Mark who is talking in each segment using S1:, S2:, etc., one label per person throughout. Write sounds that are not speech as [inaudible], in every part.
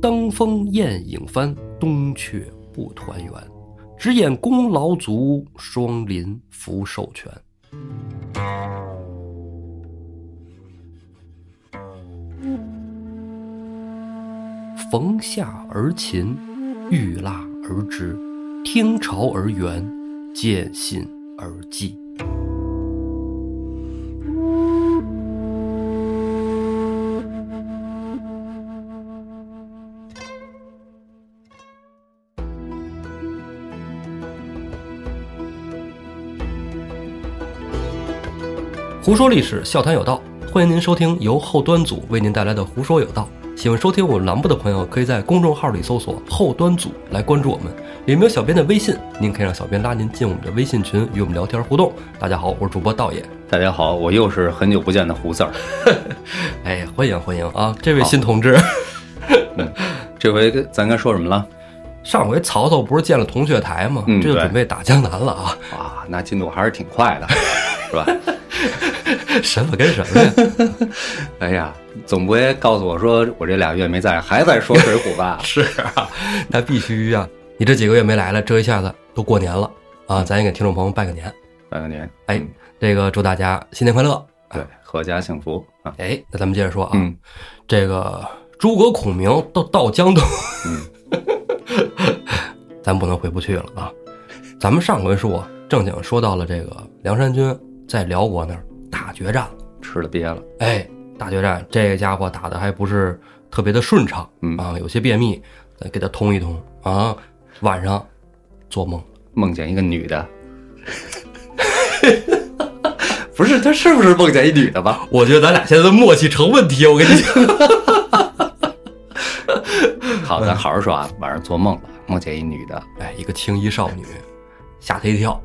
S1: 东风雁影帆，东阙不团圆。只掩功劳足，双临福寿全。逢夏而勤，遇腊而知，听潮而圆，见信而寄。胡说历史，笑谈有道，欢迎您收听由后端组为您带来的《胡说有道》。喜欢收听我们栏目的朋友，可以在公众号里搜索“后端组”来关注我们，里面有小编的微信，您可以让小编拉您进我们的微信群，与我们聊天互动。大家好，我是主播道爷，
S2: 大家好，我又是很久不见的胡四 [laughs] 儿。
S1: 哎，欢迎欢迎啊，这位新同志。
S2: 这回跟咱该说什么了？
S1: [laughs] 上回曹操不是建了铜雀台吗？
S2: 嗯
S1: 这就
S2: 对
S1: 准备打江南了啊！
S2: 啊，那进度还是挺快的， [laughs] 是吧？
S1: 什么跟什么呀？？
S2: 哎呀，总不会告诉我说我这俩月没在，还在说《水浒》吧 [laughs]
S1: 是啊，那必须啊！你这几个月没来了，这一下子都过年了啊，咱也给听众朋友们拜个年。
S2: 拜个年，
S1: 哎
S2: 嗯，
S1: 这个祝大家新年快乐！
S2: 对，阖家幸福啊！
S1: 哎，那咱们接着说啊，
S2: 嗯
S1: 这个诸葛孔明到到江东，嗯 [laughs] 咱不能回不去了啊。咱们上回说正经说到了这个梁山军在辽国那儿大决战了，
S2: 吃了瘪了，
S1: 哎，大决战这家伙打的还不是特别的顺畅，
S2: 嗯
S1: 啊，有些便秘，咱给他通一通啊。晚上做梦，
S2: 梦见一个女 [laughs] 的，不是他是不是梦见一女的吧？
S1: 我觉得咱俩现在的默契成问题，我跟你讲，
S2: 好，咱好好说啊。晚上做梦了，梦见一女的，
S1: 哎，一个青衣少女，吓他一跳，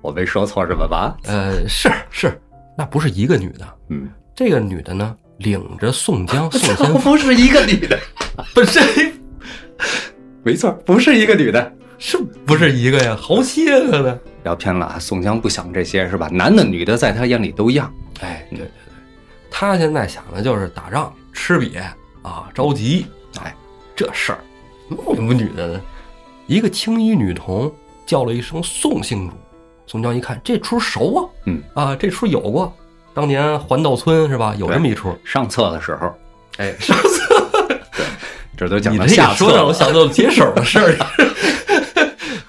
S2: 我没说错什么吧？
S1: 呃，是是，那不是一个女的，
S2: 嗯，
S1: 这个女的呢，领着宋
S2: [laughs]
S1: 江、宋先锋，
S2: 不是一个女的，
S1: [laughs] 不是
S2: 没错，不是一个女的。
S1: 是不是一个呀？好些个呢。
S2: 聊偏了啊，宋江不想这些是吧？男的女的在他眼里都一样。
S1: 哎，对对对，他现在想的就是打仗、吃瘪啊，着急
S2: 哎，
S1: 这事儿。有什么女的呢？一个青衣女童叫了一声“宋姓主”，宋江一看这出熟啊，
S2: 嗯
S1: 啊，这出有过，当年环道村是吧？有这么一出。
S2: 上册的时候，
S1: 哎， [laughs] 上次
S2: 这都讲
S1: 你
S2: 到
S1: 这一
S2: 下
S1: 说
S2: 册
S1: 让我
S2: 了。
S1: 想到了解手的事
S2: [laughs]
S1: 儿。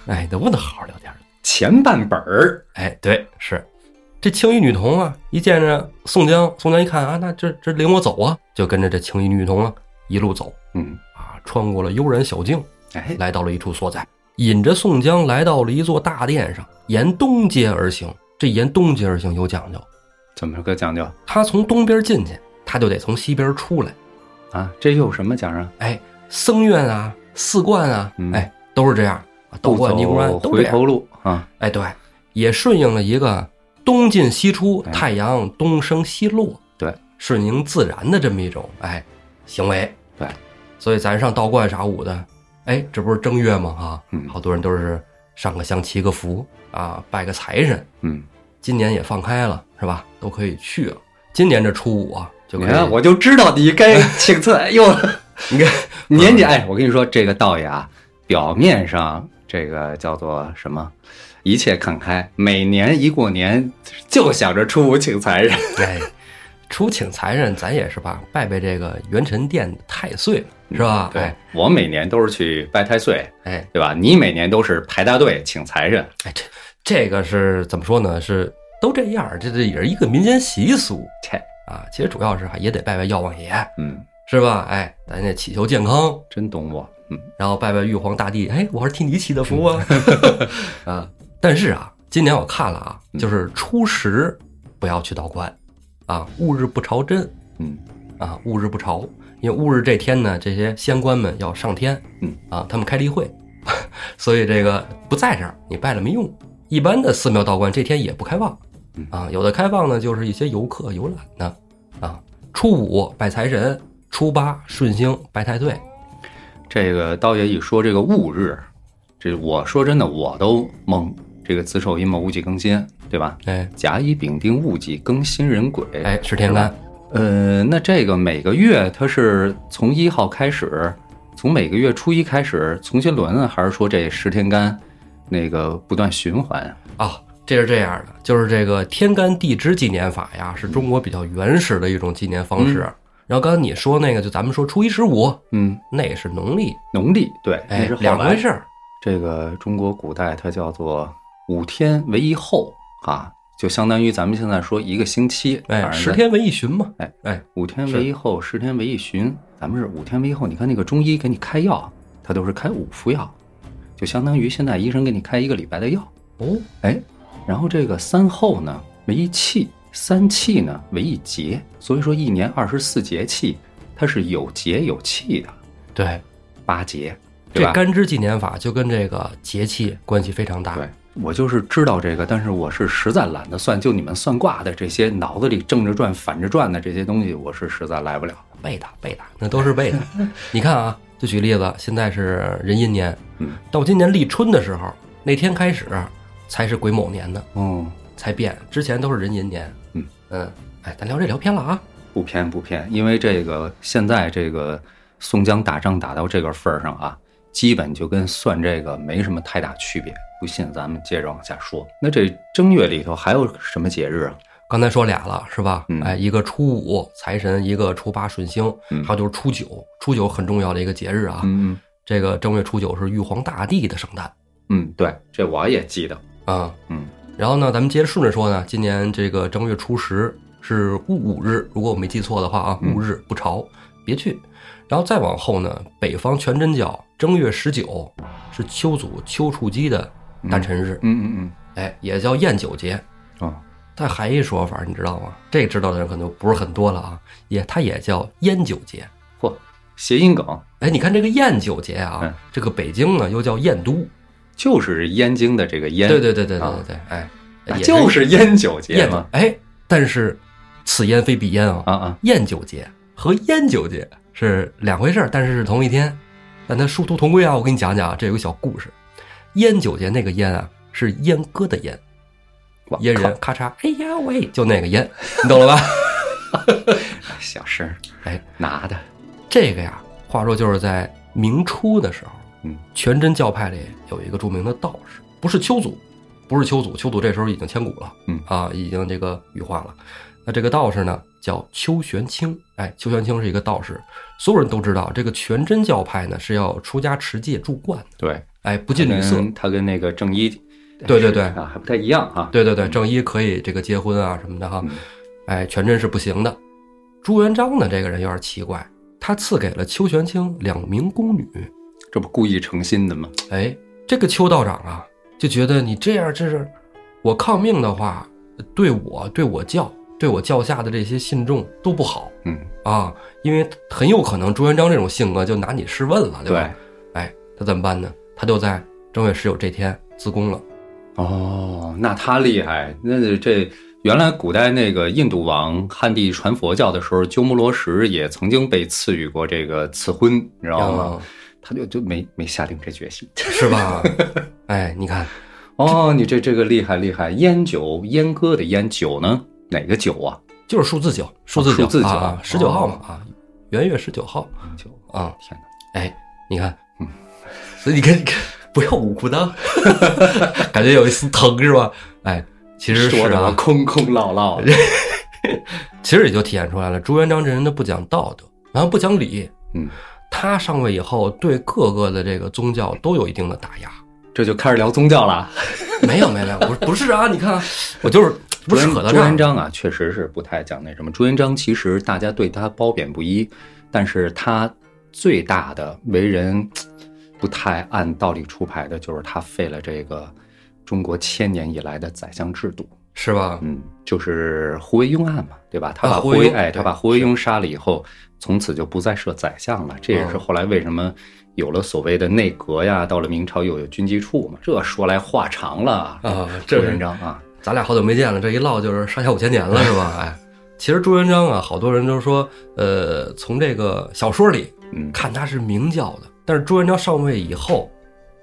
S1: 哎，能不能好好聊天？
S2: 前半本儿，
S1: 哎，对，是这青衣女童啊，一见着宋江，宋江一看啊，那这这领我走啊，就跟着这青衣女童啊一路走
S2: 嗯，
S1: 啊，穿过了幽然小径，
S2: 哎，
S1: 来到了一处所在，引着宋江来到了一座大殿上，沿东街而行。这沿东街而行有讲究，
S2: 怎么个讲究
S1: 他从东边进去，他就得从西边出来。
S2: 啊？这又有什么讲啊？
S1: 哎，僧院啊，寺观啊，
S2: 嗯
S1: 哎，都是这样啊，道观、
S2: 不
S1: 尼姑庵
S2: 走
S1: 都这
S2: 回
S1: 样。
S2: 头路啊，
S1: 哎，对，也顺应了一个东进西出，
S2: 哎
S1: 太阳东升西落，
S2: 对，
S1: 顺应自然的这么一种哎行为。
S2: 对，
S1: 所以咱上道观啥舞的，哎，这不是正月吗？哈、
S2: 嗯
S1: 好多人都是上个香、祈个福啊，拜个财神。
S2: 嗯，
S1: 今年也放开了，是吧？都可以去了。今年这初五啊，就
S2: 你
S1: 可以。
S2: 看我就知道你该请赐，哎呦，
S1: 你看，
S2: 年年哎，我跟你说，这个道爷啊，表面上这个叫做什么？一切看开，每年一过年就想着初五请财神。
S1: 哎，初请财神，咱也是吧，拜拜这个元辰殿的太岁了，是吧？
S2: 嗯对，我每年都是去拜太岁，
S1: 哎哎，
S2: 对吧？你每年都是排大队请财神，
S1: 哎，这这个是怎么说呢？是都这样儿，这这也是一个民间习俗
S2: 切，
S1: 啊。其实主要是还也得拜拜药王爷，
S2: 嗯，
S1: 是吧？哎，咱得祈求健康，
S2: 真懂我，嗯，
S1: 然后拜拜玉皇大帝。哎，我是替你祈的福啊。 [laughs] 啊，但是啊，今年我看了啊，就是初十不要去道观啊，戊日不朝真
S2: 嗯，
S1: 啊，戊日不朝，因为戊日这天呢，这些仙官们要上天，
S2: 嗯
S1: 啊，他们开例会， [laughs] 所以这个不在这儿，你拜了没用。一般的寺庙道观这天也不开放
S2: 嗯，
S1: 啊，有的开放呢，就是一些游客游览的，啊，初五拜财神，初八顺兴拜太岁，
S2: 这个道爷一说这个戊日，这我说真的我都懵。这个子丑寅卯戊己庚辛，对吧？
S1: 哎
S2: 甲乙丙丁戊己庚辛壬癸，
S1: 哎，是天干，
S2: 呃，那这个每个月它是从一号开始，从每个月初一开始重新轮啊，还是说这十天干那个不断循环？
S1: 啊，这是这样的，就是这个天干地支纪年法呀，是中国比较原始的一种纪年方式。然后刚才你说那个，就咱们说初一十五，
S2: 嗯，
S1: 那是农历，
S2: 农历对，
S1: 哎
S2: 那是，后
S1: 两回
S2: 来
S1: 事儿。
S2: 这个中国古代它叫做五天为一后啊，就相当于咱们现在说一个星期，
S1: 哎，
S2: 反正
S1: 十天为一旬嘛。
S2: 哎
S1: 哎，
S2: 五天
S1: 是
S2: 为一后，十天为一旬，咱们是五天为一后。你看那个中医给你开药，他都是开五副药，就相当于现在医生给你开一个礼拜的药。
S1: 哦，
S2: 哎，然后这个三后呢为一气，三气呢为一节，所以说一年二十四节气，它是有节有气的，
S1: 对，
S2: 八节，对
S1: 这
S2: 吧？
S1: 干支纪年法就跟这个节气关系非常大。
S2: 对，我就是知道这个，但是我是实在懒得算，就你们算卦的这些脑子里正着转、反着转的这些东西，我是实在来不了。
S1: 背的背的，那都是背
S2: [laughs]
S1: 的。你看啊，就举例子，现在是壬寅年，
S2: 嗯，
S1: 到今年立春的时候，那天开始才是癸卯年呢，
S2: 嗯，
S1: 才变，之前都是壬寅年。
S2: 嗯
S1: 嗯，哎，咱聊这聊偏了啊。
S2: 不偏不偏，因为这个现在这个宋江打仗打到这个份儿上啊，基本就跟算这个没什么太大区别。不信咱们接着往下说。那这正月里头还有什么节日啊？
S1: 刚才说俩了是吧？
S2: 嗯
S1: 哎，一个初五财神，一个初八顺星，
S2: 嗯
S1: 还有就是初九，初九很重要的一个节日啊。
S2: 嗯
S1: 这个正月初九是玉皇大帝的圣诞
S2: 嗯，对，这我也记得。
S1: 啊。
S2: 嗯，
S1: 然后呢，咱们接着顺着说呢，今年这个正月初十是戊午日，如果我没记错的话啊，
S2: 嗯
S1: 戊日不朝，别去。然后再往后呢，北方全真教正月十九是丘祖丘处机的诞辰日，
S2: 嗯嗯
S1: 哎，也叫宴酒节。
S2: 嗯，哦，
S1: 它还一说法，你知道吗？这个知道的人可能不是很多了啊，也它也叫烟酒节。
S2: 嚯，谐音梗
S1: 哎，你看这个宴酒节啊，
S2: 嗯
S1: 这个北京呢又叫燕都，
S2: 就是燕京的这个燕，
S1: 对对对对对
S2: 啊
S1: 对对，哎，
S2: 那
S1: 也
S2: 就是烟酒节
S1: 燕酒
S2: 嘛。
S1: 哎，但是此烟非彼烟啊，
S2: 啊啊，
S1: 燕酒节和烟酒节是两回事儿，但是是同一天，但它殊途同归啊。我给你讲讲啊，这有个小故事。烟酒节那个烟啊，是阉割的阉，
S2: 我
S1: 阉人咔嚓，哎呀喂，就那个烟，你懂了吧？
S2: 靠小声儿，
S1: 哎，
S2: 拿的，
S1: 这个呀，话说就是在明初的时候，
S2: 嗯，
S1: 全真教派里有一个著名的道士，不是丘祖，不是丘祖，丘祖这时候已经千古了，
S2: 嗯
S1: 啊，已经这个羽化了。那这个道士呢，叫丘玄清，哎，丘玄清是一个道士，所有人都知道，这个全真教派呢是要出家持戒住观的，
S2: 对，
S1: 哎，不近女色，
S2: 跟他跟那个正一，
S1: 对对对
S2: 啊，还不太一样啊。
S1: 对对对，正一可以这个结婚啊什么的哈
S2: 嗯，
S1: 哎，全真是不行的。朱元璋呢，这个人有点奇怪，他赐给了丘玄清两名宫女，
S2: 这不故意成心的吗？
S1: 哎，这个邱道长啊，就觉得你这样这是我抗命的话，对我、对我教、对我教下的这些信众都不好
S2: 嗯，
S1: 啊，因为很有可能朱元璋这种性格就拿你试问了，对吧？
S2: 对，
S1: 哎，他怎么办呢？他就在正月十九这天自宫了。
S2: 哦，那他厉害，那这原来古代那个印度王汉地传佛教的时候，鸠摩罗什也曾经被赐予过这个赐婚，你知道
S1: 哦
S2: 吗？他就就没没下定这决心。
S1: 是
S2: [laughs]
S1: 吧？哎，你看，
S2: 哦，你这这个厉害厉害，烟酒阉割的烟酒呢？哪个酒啊？
S1: 就是数字九，数字
S2: 哦数
S1: 九、
S2: 字九哦
S1: 啊，十九号嘛啊，元月十九号
S2: 酒，
S1: 啊，
S2: 天哪！
S1: 哎，你看，
S2: 嗯，
S1: 所以你看，你看，不要捂裤
S2: [laughs]
S1: 裆，感觉有一丝疼是吧？哎，其实是
S2: 说的我
S1: 啊，
S2: 空空落
S1: [laughs]
S2: 落的。
S1: 其实也就体现出来了，朱元璋这人他不讲道德，然后不讲理。
S2: 嗯，
S1: 他上位以后，对各个的这个宗教都有一定的打压。
S2: 这就开始聊宗教了。
S1: 没有，没有，没有不是不是啊！你看啊，我就是不
S2: 朱
S1: 是
S2: 元
S1: 扯到
S2: 朱
S1: 这
S2: 元
S1: 儿。
S2: 璋啊，确实是不太讲那什么。朱元璋其实大家对他褒贬不一，但是他最大的为人不太按道理出牌的，就是他废了这个中国千年以来的宰相制度。
S1: 是吧？
S2: 嗯，就是胡惟庸案嘛，对吧？他
S1: 啊
S2: 把
S1: 胡
S2: 胡
S1: 惟
S2: 惟、
S1: 庸
S2: 哎，
S1: 对
S2: 他把胡惟庸杀了以后，从此就不再设宰相了。这也是
S1: 嗯
S2: 后来为什么有了所谓的内阁呀，到了明朝又有军机处嘛。这说来话长了啊
S1: 啊
S2: 朱
S1: 这
S2: 元
S1: 是
S2: 璋啊，
S1: 咱俩好久没见了，这一唠就是上下五千年了，是吧？哎，其实朱元璋啊，好多人都说，呃，从这个小说里
S2: 嗯，
S1: 看他是明教的，但是朱元璋上位以后，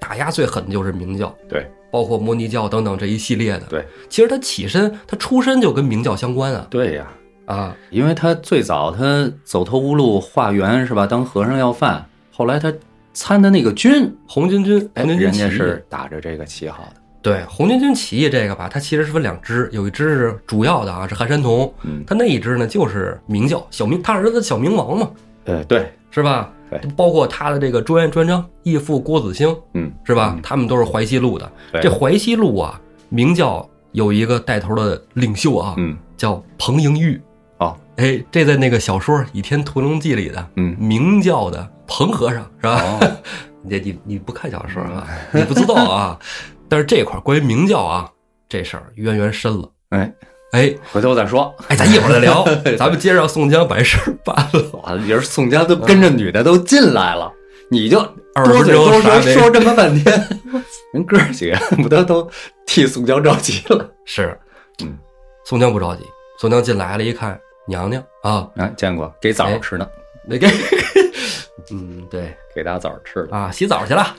S1: 打压最狠的就是明教，
S2: 对，
S1: 包括摩尼教等等这一系列的。
S2: 对，
S1: 其实他起身，他出身就跟明教相关啊
S2: 对呀、
S1: 啊，
S2: 因为他最早他走投无路化缘是吧？当和尚要饭，后来他参的那个军，
S1: 红巾军，
S2: 哎，
S1: 红巾军
S2: 人家
S1: 起义
S2: 是打着这个旗号的。
S1: 对红巾军起义这个吧，它其实是分两支，有一支是主要的啊，是韩山童，
S2: 嗯，
S1: 他那一支呢就是明教小明，他儿子小明王嘛，
S2: 呃，对，
S1: 是吧？
S2: 对，
S1: 包括他的这个朱元专章、义父郭子兴，
S2: 嗯，
S1: 是吧？
S2: 嗯
S1: 他们都是淮西路的。
S2: 对
S1: 这淮西路啊，明教有一个带头的领袖啊，
S2: 嗯，
S1: 叫彭莹玉。
S2: 哦，
S1: 哎，这在那个小说《倚天屠龙记》里的，
S2: 嗯
S1: 明教的彭和尚是吧？ [laughs]
S2: 哦，
S1: 你你你不看小说
S2: [laughs]
S1: 啊，你不知道啊。但是这块儿关于明教啊这事儿渊源深了。
S2: 哎，
S1: 哎
S2: 回头再说。
S1: 哎，咱一会儿再
S2: [laughs]
S1: 聊，咱们接着让宋江把这事儿办了。
S2: 哇，也是宋江都跟着女的都进来了，你就
S1: 二十分
S2: 多嘴
S1: 钟
S2: 多
S1: 啥
S2: 舌
S1: 没
S2: 说这么半天， [laughs] 人哥儿几个恨不得都替宋江着急了。
S1: 是，
S2: 嗯，
S1: 宋江不着急，宋江进来了，一看娘娘啊，
S2: 哎，见过给枣
S1: 哎
S2: 儿吃呢，
S1: 那
S2: [laughs]
S1: 个，嗯，对
S2: 给大枣儿吃的。
S1: 啊，洗澡去了。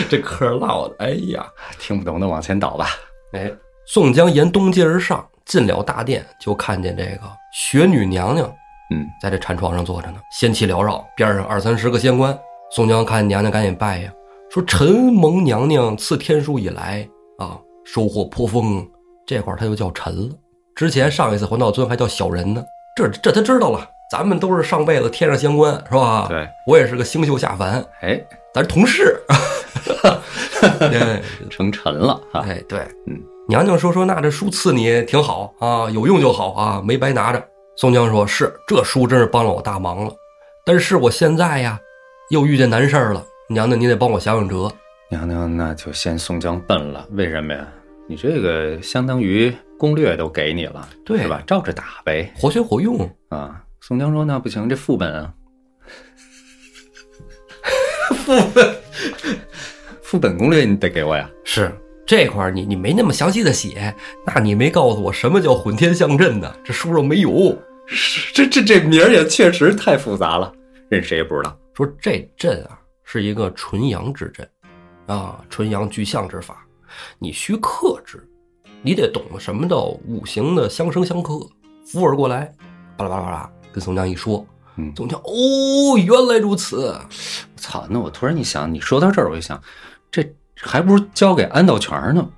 S1: [laughs] 这嗑儿唠的，哎呀，
S2: 听不懂的往前倒吧。
S1: 哎，宋江沿东街而上，进了大殿，就看见这个雪女娘娘
S2: 嗯，
S1: 在这禅床上坐着呢，仙气缭绕，边上二三十个仙官。宋江看娘娘，赶紧拜呀，说：“臣蒙娘娘赐天书以来啊，收获颇丰。这会儿他又叫臣了，之前上一次黄道尊还叫小人呢，这这他知道了。咱们都是上辈子天上仙官是吧？
S2: 对，
S1: 我也是个星宿下凡，
S2: 嗯哎，
S1: 咱是同事。 [laughs] 对，
S2: 成沉了啊。
S1: 哎，对，
S2: 嗯，
S1: 娘娘说说那这书赐你挺好啊，有用就好啊，没白拿着。宋江说：“是，这书真是帮了我大忙了，但是我现在呀，又遇见难事儿了。娘娘，你得帮我想想辙。
S2: 娘娘那就先宋江笨了，为什么呀？你这个相当于攻略都给你了，
S1: 对
S2: 是吧？照着打呗
S1: 活学活用，
S2: 啊！宋江说那不行，这副本 [laughs] 啊， [laughs] 副本，副本攻略你得给我呀。
S1: 是这块儿你你没那么详细的写，那你没告诉我什么叫混天象阵呢？这书上没有。
S2: 是这这这名儿也确实太复杂了，任谁也不知道。
S1: 说这阵啊是一个纯阳之阵，啊，纯阳聚象之法，你需克制，你得懂什么叫五行的相生相克，扶耳过来，巴拉巴拉巴拉，跟宋江一说，
S2: 嗯
S1: 宋江哦，原来如此，
S2: 操！那我突然一想，你说到这儿，我就想，这还不如交给安道全儿呢，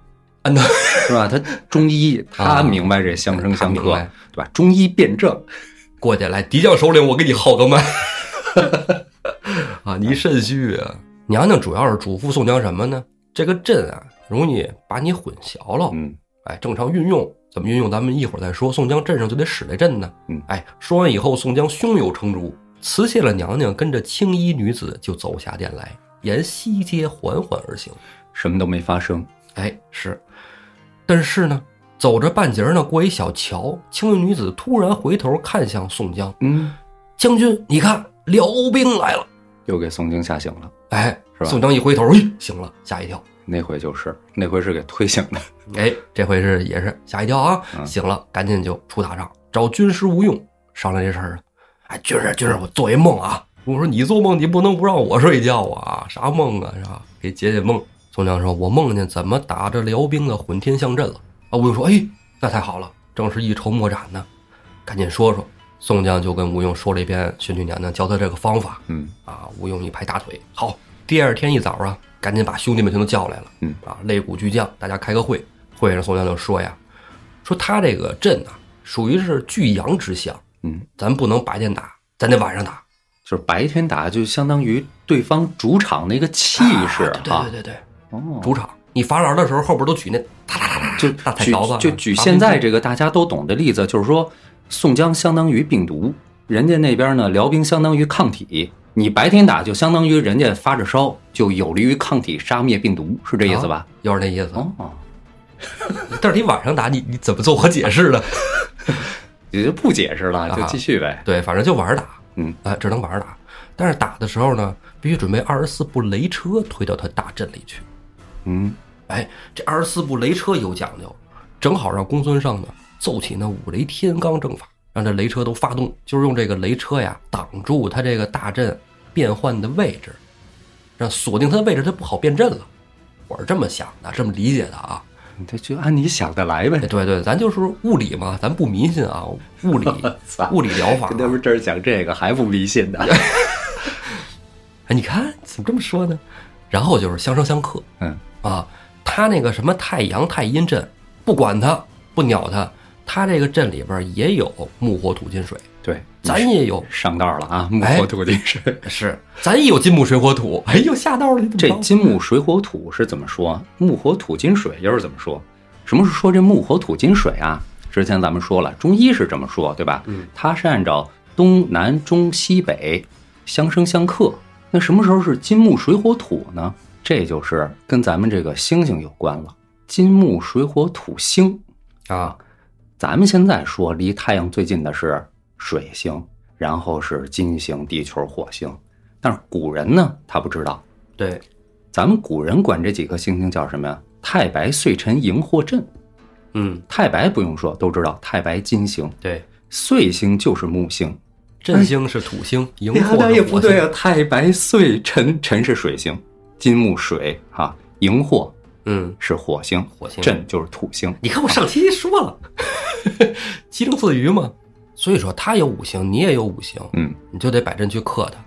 S1: 安道
S2: 是吧？他中 [laughs] 医，
S1: 啊
S2: 他明白这相生
S1: 他
S2: 相
S1: 明
S2: 克
S1: 白，
S2: 对吧？中医辩证，
S1: 过去来，敌将首领，我给你号个脉， [laughs] 啊，你肾虚啊。娘娘主要是嘱咐宋江什么呢？这个阵啊，容易把你混淆了。
S2: 嗯。
S1: 哎，正常运用怎么运用，咱们一会儿再说。宋江镇上就得使这阵呢。
S2: 嗯
S1: 哎，说完以后，宋江胸有成竹，辞谢了娘娘，跟着青衣女子就走下殿来，沿西街缓缓而行。
S2: 什么都没发生。
S1: 哎，是，但是呢，走着半截儿呢，过一小桥，青衣女子突然回头看向宋江
S2: 嗯，
S1: 将军，你看辽兵来了。
S2: 又给宋江吓醒了。
S1: 哎，
S2: 是吧
S1: 宋江一回头，哎，醒了，吓一跳。
S2: 那回就是，那回是给推醒的。
S1: 哎，这回是也是吓一跳啊，
S2: 嗯
S1: 醒了，赶紧就出打仗，找军师吴用商量这事儿啊。哎，军师，军师，我做一梦啊。我说你做梦，你不能不让我睡觉啊，啥梦啊，是吧？给解解梦。宋江说：“我梦见怎么打着辽兵的混天象阵了。”啊，吴用说：“哎，那太好了，正是一筹莫展呢，赶紧说说。”宋江就跟吴用说了一遍玄女娘娘教他这个方法，
S2: 嗯，
S1: 啊，吴用一拍大腿，好，第二天一早啊，赶紧把兄弟们全都叫来了，
S2: 嗯
S1: 啊，擂鼓巨匠，大家开个会，会上宋江就说呀，说他这个阵啊，属于是聚阳之象，
S2: 嗯，
S1: 咱不能白天打，咱得晚上打，
S2: 就是白天打，就相当于对方主场的一个气势
S1: 啊对
S2: 哈。
S1: 对对对对，
S2: 哦，
S1: 主场，你罚篮的时候后边都举那哒哒哒哒
S2: 就
S1: 大菜
S2: 举
S1: 勺子啊，
S2: 就举
S1: 大
S2: 现在
S1: 冰
S2: 这个大家都懂的例子，就是说，宋江相当于病毒，人家那边呢，辽兵相当于抗体。你白天打就相当于人家发着烧，就有利于抗体杀灭病毒，是这意思吧？
S1: 棍，啊就是那意思。
S2: 哦，
S1: 但是你晚上打，你你怎么做我解释呢？ [laughs]
S2: 也就不解释了，就
S1: 啊
S2: 继续呗。
S1: 对，反正就晚上打，
S2: 嗯，
S1: 哎，只能晚上打。但是打的时候呢，必须准备二十四部雷车推到他大阵里去。
S2: 嗯，
S1: 哎，这二十四部雷车有讲究，正好让公孙胜呢奏起那五雷天罡阵法，让这雷车都发动，就是用这个雷车呀挡住他这个大阵变换的位置，让锁定他的位置，他不好变阵了。我是这么想的，这么理解的啊。
S2: 你这就按你想的来呗
S1: 哎，。对对，咱就是物理嘛，咱不迷信啊，物理
S2: 操
S1: 物理疗法啊、
S2: 跟他们这儿讲这个还不迷信呢，
S1: 哎，你看怎么这么说呢？然后就是相生相克
S2: [laughs] 嗯
S1: 啊，他那个什么太阳太阴阵，不管他，不鸟他，他这个阵里边也有木火土金水，
S2: 对，
S1: 咱也有
S2: 上道了啊，木
S1: 哎
S2: 火土金水。
S1: 是，咱也有金木水火土，哎呦下道了，你怎么着
S2: 这金木水火土是怎么说？木火土金水又是怎么说？什么是说这木火土金水啊？之前咱们说了，中医是这么说，对吧？
S1: 嗯，
S2: 它是按照东南中西北相生相克。那什么时候是金木水火土呢？这就是跟咱们这个星星有关了。金木水火土星，
S1: 啊？
S2: 咱们现在说离太阳最近的是水星，然后是金星、地球、火星。但是古人呢，他不知道，
S1: 对，
S2: 咱们古人管这几颗星星叫什么呀？太白、岁辰、荧惑阵。
S1: 嗯，
S2: 太白不用说，都知道太白金星，
S1: 对，
S2: 岁星就是木星。
S1: 震星是土星，荧
S2: 哎
S1: 惑
S2: 那
S1: 是
S2: 也
S1: 火
S2: 不
S1: 星
S2: 对啊，太白、岁辰，辰是水星，金木水啊，荧惑
S1: 嗯，
S2: 是火星，
S1: 火星
S2: 震就是土星。
S1: 你看我上期说了，鸡中自娱嘛。所以说他有五行，你也有五行，
S2: 嗯
S1: 你就得摆阵去克他，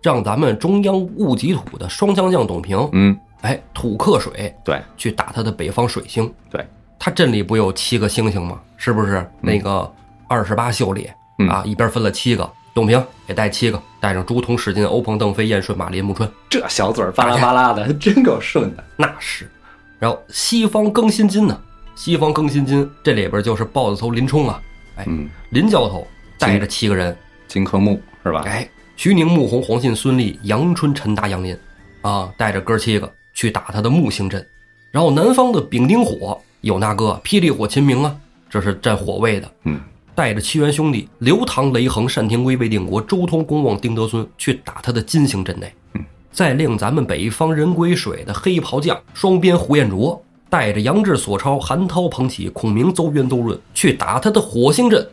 S1: 让咱们中央戊己土的双枪将董平，
S2: 嗯，
S1: 哎，土克水
S2: 对
S1: 去打他的北方水星。
S2: 对，
S1: 他阵里不有七个星星吗？是不是？那个二十八宿里、
S2: 嗯
S1: 啊，一边分了七个，董平也带七个，带上朱仝、史进、欧鹏、邓飞、燕顺、马林、穆春，
S2: 这小嘴儿巴拉巴拉的，真够顺的。
S1: 那是。然后西方庚辛金呢？西方庚辛金这里边就是豹子头林冲啊，哎，
S2: 嗯，哎
S1: 林教头带着七个人，
S2: 金克木是吧？
S1: 哎，徐宁、穆弘、黄信、孙立、杨春、陈达、杨林，啊，带着哥七个去打他的木星阵。然后南方的丙丁火有那个霹雳火秦明啊，这是占火位的，
S2: 嗯，
S1: 带着七元兄弟刘唐、雷横、单廷圭、魏定国、周通、公望、丁德孙去打他的金星阵内。
S2: 嗯，
S1: 再令咱们北方人归水的黑袍将双边胡彦卓。带着杨志、索超、韩涛、彭启、孔明、邹渊、邹润去打他的火星阵，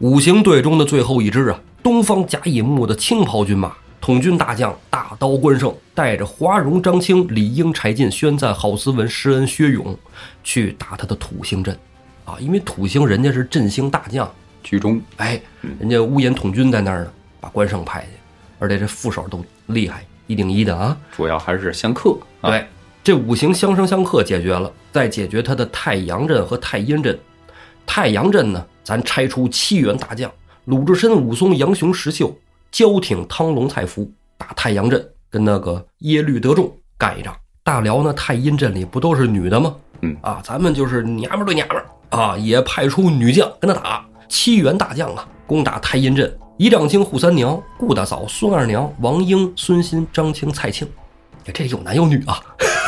S1: 五行队中的最后一支啊，东方甲乙木的青袍军马，统军大将大刀关胜，带着华容、张清、李英、柴进、宣赞、郝思文、施恩、薛勇，去打他的土星阵，啊，因为土星人家是振兴大将，
S2: 居中
S1: 哎，人家乌延统军在那儿呢，把关胜派去，而且这副手都厉害，一顶一的啊，
S2: 主要还是相克。啊，
S1: 对，这五行相生相克解决了，再解决它的太阳阵和太阴阵。太阳阵呢，咱拆出七员大将：鲁智深、武松、杨雄、石秀、焦挺、汤龙、蔡福打太阳阵，跟那个耶律德仲干一仗。大辽呢，太阴阵里不都是女的吗？
S2: 嗯
S1: 啊，咱们就是娘们儿对娘们儿啊，也派出女将跟他打。七员大将啊，攻打太阴阵，一丈青、扈三娘、顾大嫂、孙二娘、王英、孙欣、张青、蔡庆。哎这有男有女啊， [laughs]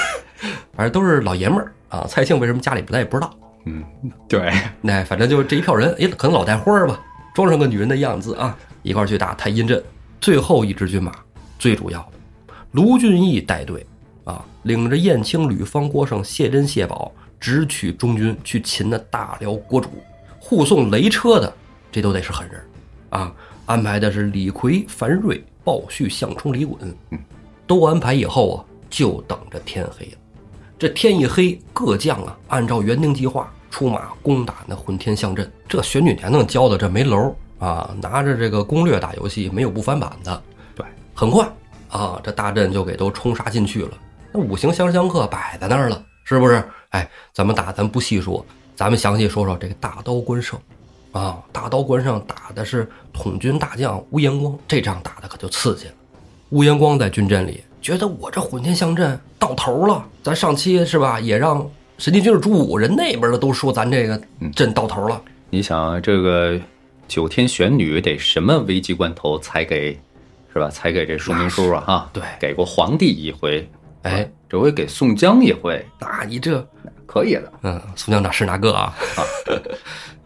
S1: 反正都是老爷们儿啊。蔡庆为什么家里不在也不知道，
S2: 嗯，对，
S1: 那哎反正就是这一票人，也可能老带花儿吧，装成个女人的样子啊，一块儿去打太阴阵。最后一支军马，最主要的，卢俊义带队啊，领着燕青、吕方、郭胜、谢珍、谢宝，直取中军去擒那大辽国主。护送雷车的，这都得是狠人儿啊！安排的是李逵、樊瑞、鲍旭、项冲、李衮，
S2: 嗯，
S1: 都安排以后啊，就等着天黑了。这天一黑，各将啊按照原定计划出马攻打那混天象阵。这选举年能教的这没楼啊，拿着这个攻略打游戏，没有不翻版的。
S2: 对，
S1: 很快啊，这大阵就给都冲杀进去了。那五行相生相克摆在那儿了，是不是？哎，咱们打咱不细说，咱们详细说说这个大刀关胜啊。大刀关胜打的是统军大将乌延光，这仗打的可就刺激了。乌延光在军阵里觉得我这混天象阵到头了，咱上期是吧也让神机军是朱武人那边的都说咱这个阵到头了，
S2: 你想这个九天玄女得什么危急关头才给，是吧？才给这说明书啊？哈，
S1: 对
S2: 给过皇帝一回，
S1: 哎，
S2: 这回给宋江一回，
S1: 那啊你这
S2: 可以的。
S1: 嗯，宋江长是哪个啊？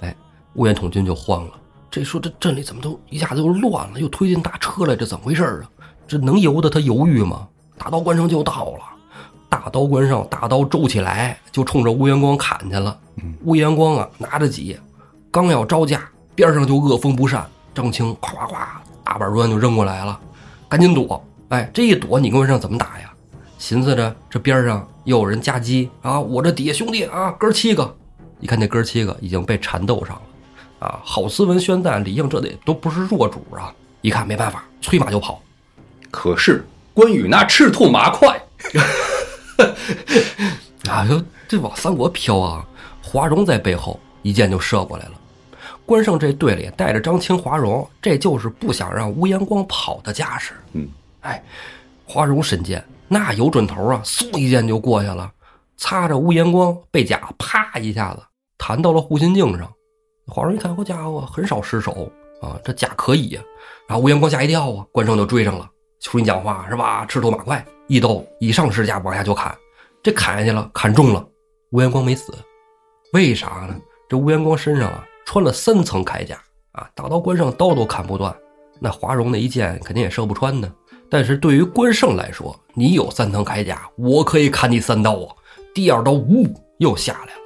S1: 哎，乌烟统军就慌了，这说这镇里怎么都一下子就乱了，又推进大车来，这怎么回事儿啊？这能由得他犹豫吗？大刀关上就到了，大刀关上，大刀周起来就冲着乌烟光砍去了
S2: 嗯。
S1: 乌烟光啊，拿着戟，刚要招架，边上就恶风不善，张青夸夸夸大板砖就扔过来了，赶紧躲！哎，这一躲，你跟我上怎么打呀？寻思着这边上又有人夹击啊，我这底下兄弟啊，哥儿七个，一看这哥儿七个已经被缠斗上了，啊，郝思文、宣赞、李应这得都不是弱主啊，一看没办法，催马就跑，
S2: 可是关羽那赤兔马快，
S1: 啊，就这往三国飘啊！华容在背后一箭就射过来了。关胜这队里带着张青、华容，这就是不想让乌延光跑的架势。
S2: 嗯，
S1: 哎，华容神箭那有准头啊，嗖一箭就过去了，擦着乌延光背甲，啪一下子弹到了护心镜上。华容一看，好家伙，很少失手啊，这甲可以呀、然后乌延光吓一跳啊，关胜就追上了，求你讲话是吧？赤兔马快，一刀以上施甲往下就砍，这砍下去了，砍中了，乌延光没死，为啥呢？这乌延光身上啊穿了三层铠甲啊，打到关胜刀都砍不断，那华容那一箭肯定也射不穿呢。但是对于关胜来说，你有三层铠甲，我可以砍你三刀啊！第二刀，呜，又下来了。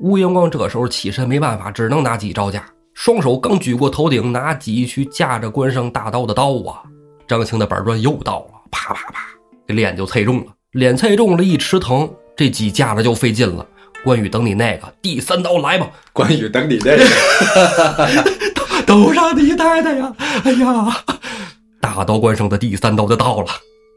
S1: 乌延光这时候起身没办法，只能拿戟招架，双手刚举过头顶，拿戟去架着关胜大刀的刀啊！张青的板砖又到了，啪啪啪，这脸就踩中了，脸踩中了一尺疼，这戟架着就费劲了。关羽等你那个第三刀来吧，
S2: 关羽等你这个。 [laughs]
S1: 都让你带带呀！哎呀，大刀关胜的第三刀就到了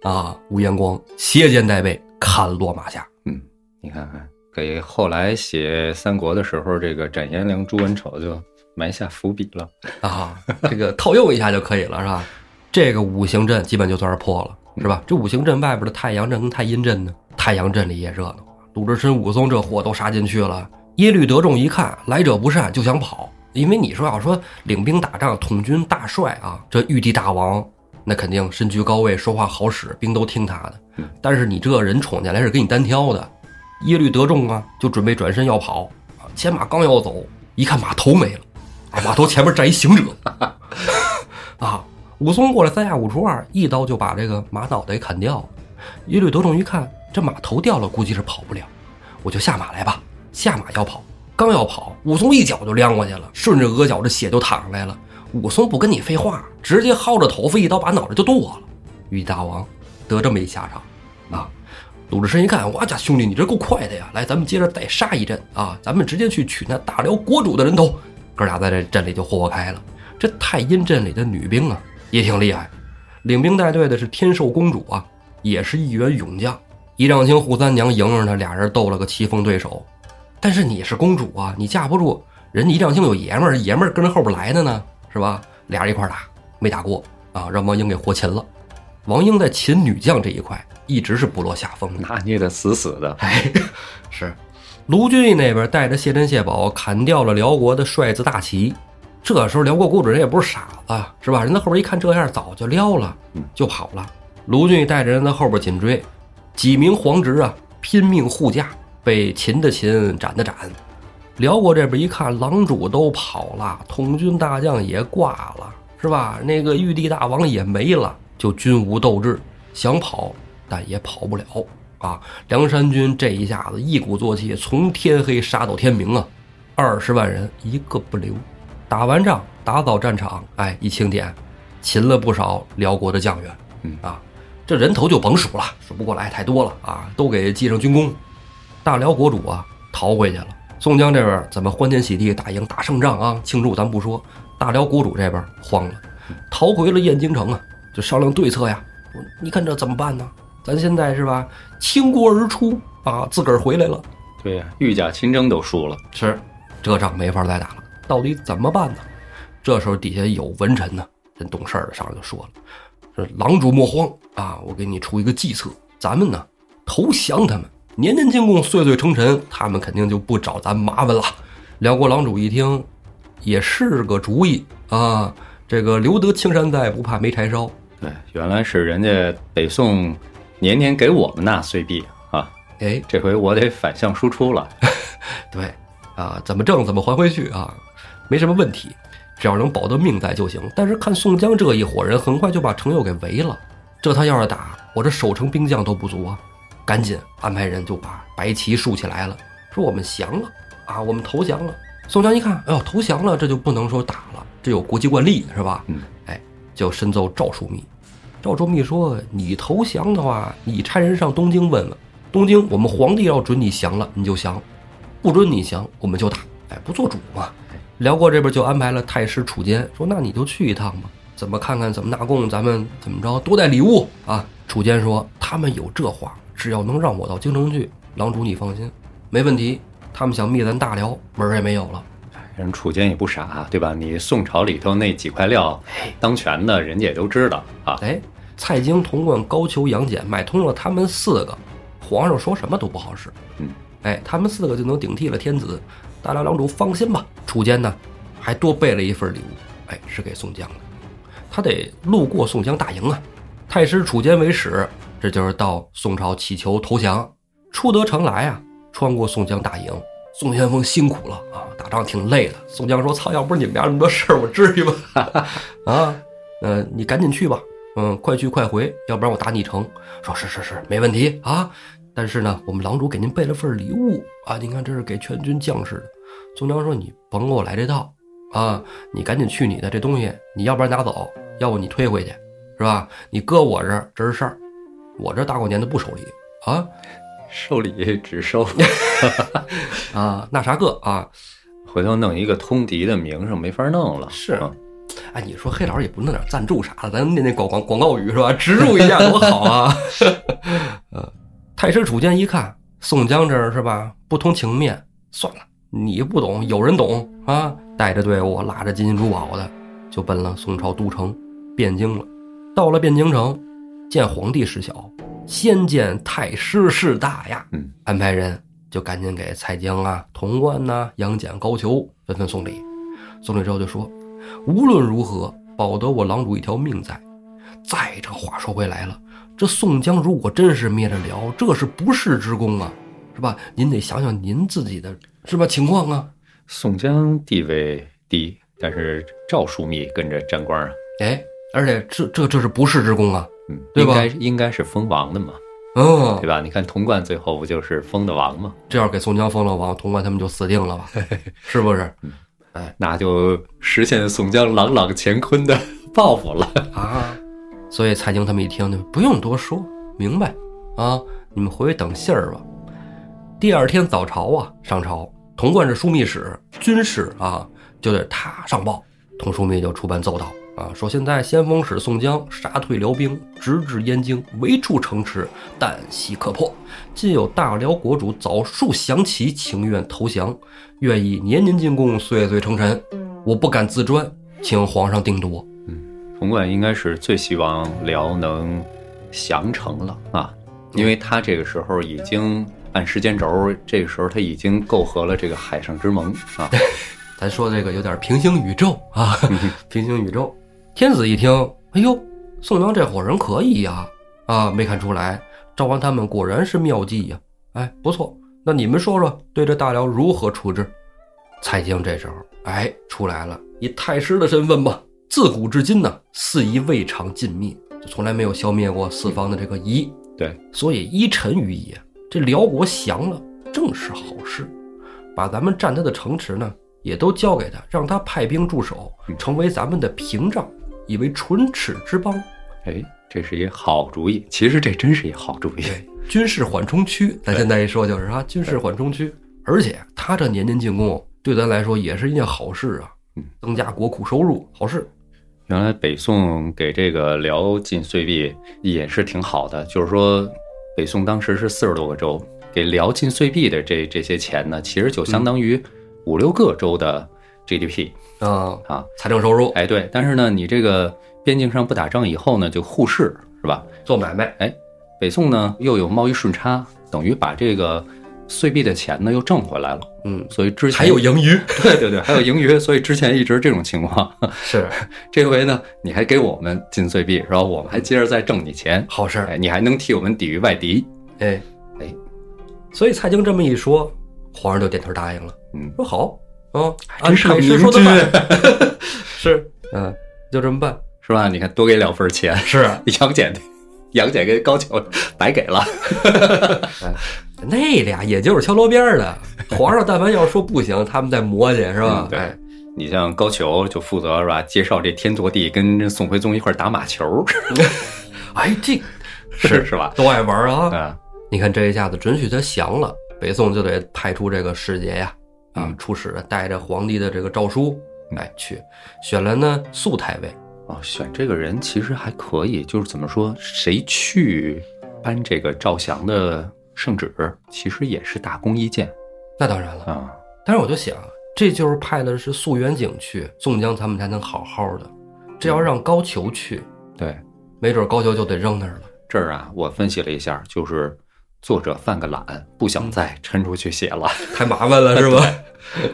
S1: 啊！吴延光斜肩带背，砍落马下。
S2: 嗯，你看看，给后来写三国的时候，这个斩颜良、诛文丑就埋下伏笔了。
S1: 啊，这个套用一下就可以了，是吧？这个五行阵基本就算是破了，是吧？这五行阵外边的太阳阵跟太阴阵呢，太阳阵里也热闹，鲁智深、武松这货都杀进去了。耶律德仲一看来者不善，就想跑，因为你说要说领兵打仗、统军大帅啊，这玉帝大王那肯定身居高位，说话好使，兵都听他的
S2: 嗯。
S1: 但是你这人宠进来是给你单挑的，耶律德仲啊就准备转身要跑，啊牵马刚要走，一看马头没了，啊马头前面站一行者，啊，武松过来三下五除二，一刀就把这个马脑袋给砍掉了。耶律德仲一看，这马头掉了，估计是跑不了，我就下马来吧。下马要跑，刚要跑，武松一脚就亮过去了，顺着额角这血就淌上来了。武松不跟你废话，直接薅着头发一刀把脑袋就剁了。于大王得这么一下场啊！鲁智深一看，哇家兄弟，你这够快的呀！来，咱们接着再杀一阵啊！咱们直接去取那大辽国主的人头。哥俩在这阵里就豁开了。这太阴阵里的女兵啊，也挺厉害。领兵带队的是天寿公主啊，也是一员勇将。一丈青、扈三娘迎着她，俩人斗了个棋逢对手。但是你是公主啊，你架不住人一丈青有爷们儿，爷们儿跟着后边来的呢，是吧？俩人一块儿打，没打过啊，让王英给活擒了。王英在擒女将这一块一直是不落下风的。
S2: 拿捏的死死的，
S1: 哎，是，卢俊义那边带着谢珍、谢宝砍掉了辽国的帅子大旗。这时候辽国公主人也不是傻子，是吧？人在后边一看这样，早就撩了
S2: 嗯，
S1: 就跑了。卢俊义带着人在后边紧追，几名皇侄啊拼命护驾，被擒的擒，斩的斩。辽国这边一看，狼主都跑了，统军大将也挂了，是吧？那个玉帝大王也没了，就军无斗志，想跑但也跑不了啊！梁山军这一下子一鼓作气，从天黑杀到天明啊，二十万人一个不留。打完仗，打扫战场，哎，一清点，擒了不少辽国的将员。
S2: 嗯
S1: 啊，这人头就甭数了，数不过来太多了啊，都给记上军功。大辽国主啊逃回去了。宋江这边怎么欢天喜地打赢大胜仗啊？庆祝咱不说，大辽国主这边慌了，逃回了燕京城啊，就商量对策呀。我你看这怎么办呢？咱现在是吧，倾国而出啊，自个儿回来了，
S2: 对呀、御驾亲征都输了，
S1: 是，这仗没法再打了，到底怎么办呢？这时候底下有文臣呢，人懂事儿的上来就说了：“说狼主莫慌啊，我给你出一个计策，咱们呢投降他们，年年进贡，岁岁称臣，他们肯定就不找咱麻烦了。”辽国狼主一听，也是个主意啊，这个留得青山在，不怕没柴烧。
S2: 对，原来是人家北宋年年给我们纳岁币啊，
S1: 哎，
S2: 这回我得反向输出了。
S1: 对，啊，怎么挣怎么还回去啊，没什么问题，只要能保得命在就行。但是看宋江这一伙人，很快就把程又给围了。这他要是打，我这守城兵将都不足啊！赶紧安排人就把白旗竖起来了，说我们降了啊，我们投降了。宋江一看，哎呦，投降了，这就不能说打了，这有国际惯例是吧？
S2: 嗯，
S1: 哎，就深奏赵枢密。赵枢密说：“你投降的话，你差人上东京问问，东京我们皇帝要准你降了，你就降；不准你降，我们就打。哎，不做主嘛。”辽国这边就安排了太师楚坚，说：“那你就去一趟吧，怎么看看怎么纳贡，咱们怎么着，多带礼物啊，楚坚说：“他们有这话，只要能让我到京城去，狼主你放心，没问题。他们想灭咱大辽，门儿也没有了。
S2: 人楚坚也不傻，对吧？你宋朝里头那几块料，当权的人家也都知道啊。
S1: 哎，蔡京、童贯、高俅、杨戬买通了他们四个，皇上说什么都不好使。
S2: 嗯，
S1: 哎，他们四个就能顶替了天子。大辽良主放心吧。楚坚呢，还多备了一份礼物，哎，是给宋江的。他得路过宋江大营啊。太师楚坚为使，这就是到宋朝乞求投降。出得城来啊，穿过宋江大营。宋玄峰辛苦了啊，打仗挺累的。宋江说：“操，要不是你们家那么多事儿，我至于吗？ [laughs] 啊，呃，你赶紧去吧，嗯，快去快回，要不然我打你城。”说：“是是是，没问题啊。但是呢，我们狼主给您备了份礼物啊，您看这是给全军将士的。”宋江说：“你甭给我来这套啊，你赶紧去你的这东西，你要不然拿走，要不你推回去，是吧？你搁我这儿这是事儿，我这大过年的不收礼啊
S2: 收礼
S1: [laughs]
S2: 只收，
S1: 啊，那啥个啊。”
S2: 回头弄一个通敌的名声没法弄了。
S1: 是
S2: 嗯
S1: 哎，你说黑老师也不弄点赞助啥的，咱念念广广广告语是吧？植入一下多好啊！ [laughs] 呃，太师楚监一看宋江这儿是吧，不通情面，算了，你不懂，有人懂啊！带着队伍，拉着金银珠宝的，就奔了宋朝都城汴京了。到了汴京城，见皇帝事小，先见太师事大呀。
S2: 嗯，
S1: 安排人就赶紧给蔡京啊、童贯呐、杨戬、高俅纷纷送礼。送礼之后就说：“无论如何，保得我狼主一条命在。再者，话说回来了，这宋江如果真是灭了辽，这是不世之功啊，是吧？您得想想您自己的是吧情况啊。
S2: 宋江地位低，但是赵枢密跟着沾光啊，
S1: 哎，而且这这这是不世之功啊。
S2: 嗯，
S1: 对吧
S2: 应该应该是封王的嘛，
S1: 嗯
S2: 对，吧？你看童贯最后不就是封的王吗？
S1: 这要给宋江封了王，童贯他们就死定
S2: [laughs]
S1: 了吧？是不是
S2: 哎那就实现宋江朗朗乾坤的抱负了。
S1: 啊？所以蔡京他们一听就不用多说，明白啊？你们回去等信儿吧。第二天早朝啊，上朝，童贯是枢密使，军事啊，就得他上报。童枢密就出班奏道啊，说现在先锋使宋江杀退辽兵，直至燕京，围住城池，旦夕可破。今有大辽国主早数降旗，情愿投降，愿意年年进贡，岁岁称臣。我不敢自专，请皇上定夺。
S2: 童贯应该是最希望辽能降成了啊，因为他这个时候已经按时间轴，这个时候他已经媾和了这个海上之盟啊。
S1: 咱说这个有点平行宇宙啊， [laughs] 平行宇宙。天子一听，哎呦，宋江这伙人可以呀、啊，没看出来，招安他们果然是妙计呀、哎，不错，那你们说说，对这大辽如何处置？蔡京这时候，哎，出来了，以太师的身份吧，自古至今呢，四夷未尝尽灭，就从来没有消灭过四方的这个夷。
S2: 对，
S1: 所以依臣于也，这辽国降了正是好事，把咱们占他的城池呢，也都交给他，让他派兵驻守，成为咱们的屏障，以为唇齿之邦。
S2: 哎，这是一好主意，其实这真是一好主意。
S1: 对，军事缓冲区，咱现在一说就是啊，军事缓冲区。而且他这年年进贡，对咱来说也是一件好事啊
S2: 嗯，
S1: 增加国库收入，好事。
S2: 原来北宋给这个辽进岁币也是挺好的，就是说北宋当时是四十多个州，给辽进岁币的这这些钱呢，其实就相当于五六个州的 GDP、
S1: 啊，
S2: 啊。
S1: 财政收入，
S2: 哎，对，但是呢，你这个边境上不打仗以后呢，就互市是吧？
S1: 做买卖，
S2: 北宋呢又有贸易顺差，等于把这个岁币的钱呢又挣回来了，
S1: 嗯，
S2: 所以之前
S1: 还
S2: [laughs]
S1: 有盈余，
S2: 对对对，还有盈余，所以之前一直这种情况。
S1: [laughs]
S2: [laughs]
S1: 是
S2: 这回呢，你还给我们进岁币，然后我们还接着再挣你钱，
S1: 好事儿。
S2: 哎，你还能替我们抵御外敌。
S1: 哎，
S2: 哎，
S1: 所以蔡京这么一说，皇上就点头答应了，
S2: 嗯
S1: 说好啊，
S2: 真
S1: 按
S2: 是个
S1: 太
S2: 明
S1: 师说的
S2: 君 [laughs]
S1: 办，是，嗯，就这么办，
S2: 是吧？你看多给两份钱，
S1: 是
S2: 杨戬，杨戬跟高俅白给了。
S1: 那俩也就是敲锣边儿的，皇上但凡要说不行，他们再磨去是吧
S2: 嗯？对
S1: 哎，
S2: 你像高俅就负责是吧？介绍这天祚帝跟宋徽宗一块儿打 [laughs] 马球，
S1: 哎，这
S2: 是是吧？
S1: 都爱玩啊！
S2: 啊，
S1: 你看这一下子准许他降了，北宋就得派出这个使节呀，啊
S2: 嗯，
S1: 出使带着皇帝的这个诏书，
S2: 嗯
S1: 哎去，选了呢肃太尉，
S2: 哦，选这个人其实还可以，就是怎么说，谁去搬这个赵翔的圣旨，其实也是大功一件
S1: 那当然了。
S2: 啊。
S1: 但是我就想，这就是派的是溯源警去，宋江他们才能好好的。这
S2: 嗯
S1: 要让高俅去，
S2: 对，
S1: 没准高俅就得扔那儿了。
S2: 这儿啊，我分析了一下，就是作者犯个懒，不想再抻出去写了。 [laughs]
S1: 太麻烦了，是吧？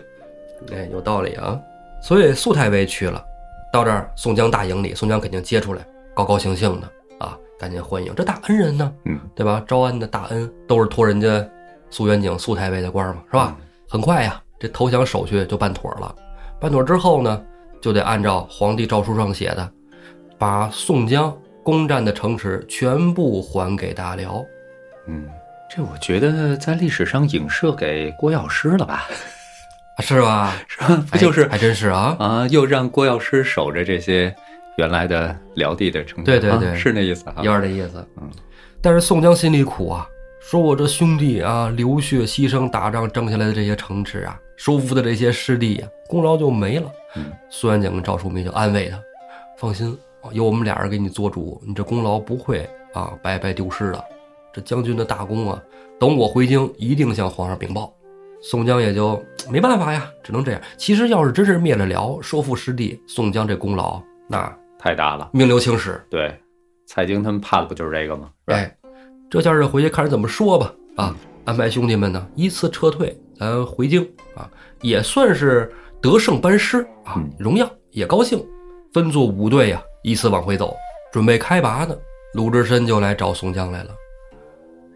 S1: [laughs] 哎，有道理啊。所以苏太尉去了，到这儿宋江大营里，宋江肯定接出来，高高兴兴的啊，赶紧欢迎这大恩人呢，
S2: 嗯，
S1: 对吧？招安的大恩都是托人家苏元景、苏太尉的官嘛，是
S2: 嗯
S1: 吧？很快呀，这投降手续就办妥了。办妥之后呢，就得按照皇帝诏书上写的，把宋江攻占的城池全部还给大辽。
S2: 嗯，这我觉得在历史上影射给郭药师了吧？
S1: 啊是吧？
S2: 是吧？不 [laughs] 就是、
S1: 哎还真是啊，
S2: 啊，又让郭药师守着这些原来的辽地的城墙，
S1: 对对
S2: 啊
S1: 对
S2: 是那意思啊
S1: 有。点这意思。
S2: 嗯，
S1: 但是宋江心里苦啊，说我这兄弟啊，流血牺牲打仗争下来的这些城池啊，收复的这些失地啊，功劳就没了。
S2: 嗯
S1: 苏元景跟赵淑梅就安慰他，放心，啊有我们俩人给你做主，你这功劳不会啊白白丢失的。这将军的大功啊，等我回京一定向皇上禀报。宋江也就没办法呀，只能这样。其实要是真是灭了辽，收复失地，宋江这功劳那
S2: 太大了。
S1: 名留青史。
S2: 对，蔡京他们盼的不就是这个吗？是吧，
S1: 哎，这件事回去看人怎么说吧。啊，安排兄弟们呢依次撤退，咱回京啊，也算是得胜班师啊
S2: 嗯，
S1: 荣耀也高兴。分作五队呀、依次往回走，准备开拔呢。鲁智深就来找宋江来了，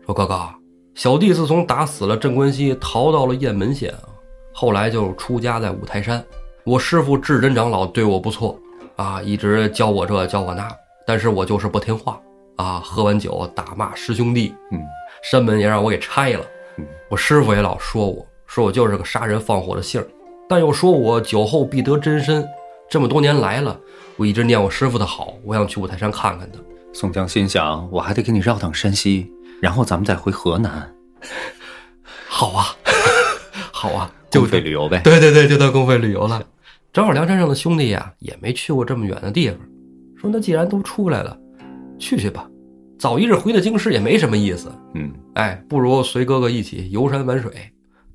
S1: 说：“哥哥，啊小弟自从打死了镇关西，逃到了雁门县啊，后来就出家在五台山。我师傅智真长老对我不错啊，一直教我这教我那，但是我就是不听话啊，喝完酒打骂师兄弟，
S2: 嗯
S1: 山门也让我给拆了
S2: 嗯。
S1: 我师傅也老说我，说我就是个杀人放火的性儿，但又说我酒后必得真身。这么多年来了，我一直念我师傅的好，我想去五台山看看他。
S2: 宋江心想，我还得给你绕趟山西，然后咱们再回河南，
S1: 好啊， [laughs] 好啊，
S2: 就
S1: 就
S2: 费旅游呗。
S1: 对对对，就当公费旅游了。正好梁山上的兄弟呀、也没去过这么远的地方，说那既然都出来了，去去吧，早一日回了京师也没什么意思。
S2: 嗯，
S1: 哎，不如随哥哥一起游山玩水，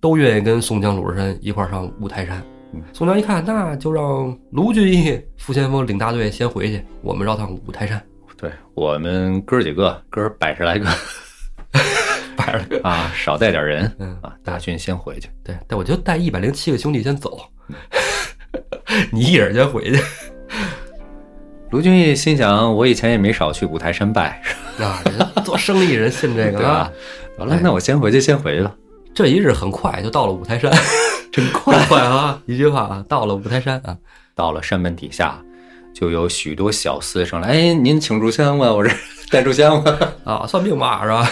S1: 都愿意跟宋江、鲁智深一块儿上五台山
S2: 嗯。
S1: 宋江一看，那就让卢俊义、傅先锋领大队先回去，我们绕趟五台山。
S2: 对我们哥几个，哥百
S1: [laughs]
S2: 十来个
S1: 反正
S2: 啊，少带点人
S1: 嗯，
S2: 啊，大军先回去。
S1: 对，但我就带一百零七个兄弟先走， [laughs] 你一人先回去。
S2: 卢俊义心想，我以前也没少去五台山拜，
S1: [laughs] 啊，人做生意人信这 [laughs]
S2: 对
S1: 个啊
S2: 吧？？完了，那我先回去，先回去吧。
S1: 这一日很快就到了五台山， [laughs] 真快啊！一句话啊，到了五台山啊，
S2: 到了山门底下，就有许多小厮上来，哎，您请炷香吧，我这带炷香吧。 [laughs]
S1: 啊，算命吧是吧？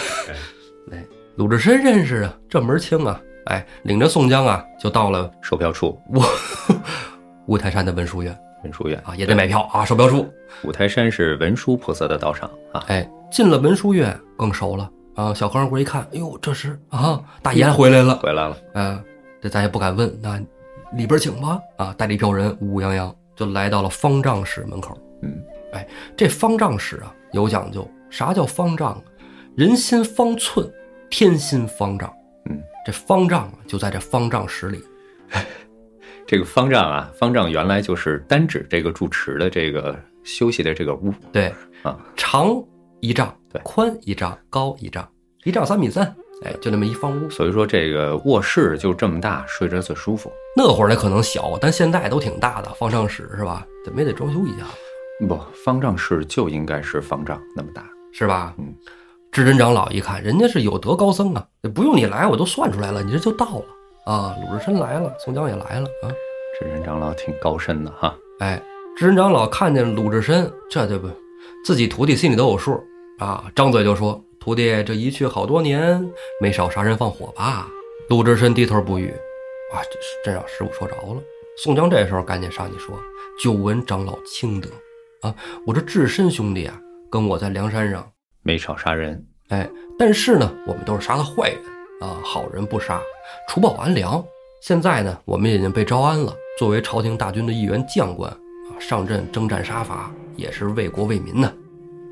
S1: 哎，鲁智深认识啊，这门儿清啊，哎，领着宋江啊，就到了
S2: 售票处，
S1: [laughs] 五台山的文殊院
S2: 文殊院
S1: 啊，也得买票啊，售票处。
S2: 五台山是文殊菩萨的道场啊。
S1: 哎，进了文殊院更熟了啊，小和尚过来一看，哎呦，这是啊，大爷回来了，
S2: 回来了，
S1: 啊，这咱也不敢问，那里边请吧。啊，带着一票人乌乌泱泱就来到了方丈室门口。
S2: 嗯，
S1: 哎，这方丈室啊有讲究，啥叫方丈啊？人心方寸，天心方丈。
S2: 嗯，
S1: 这方丈啊就在这方丈室里。
S2: 这个方丈啊，方丈原来就是单指这个住持的这个休息的这个屋
S1: 对，
S2: 啊，
S1: 长一丈，
S2: 对
S1: 宽一丈，高一丈，一丈三米三。哎，就那么一方屋。
S2: 所以说这个卧室就这么大，睡着最舒服。
S1: 那会儿呢可能小，但现在都挺大的方丈室是吧？怎么也得装修一下。
S2: 不，方丈室就应该是方丈那么大。
S1: 是吧？
S2: 嗯，
S1: 智真长老一看，人家是有德高僧啊，不用你来，我都算出来了，你这就到了啊。鲁智深来了，宋江也来了啊。
S2: 这人长老挺高深的哈，
S1: 哎，智真长老看见鲁智深，这就不自己徒弟心里都有数啊，张嘴就说：“徒弟这一去好多年，没少杀人放火吧？”鲁智深低头不语。啊，这是真让师傅说着了。宋江这时候赶紧上去说：“久闻长老清德啊，我这智深兄弟啊，跟我在梁山上
S2: 没少杀人。
S1: 哎，但是呢，我们都是杀的坏人啊，好人不杀，除暴安良。现在呢，我们已经被招安了，作为朝廷大军的一员将官啊，上阵征战杀伐，也是为国为民呐、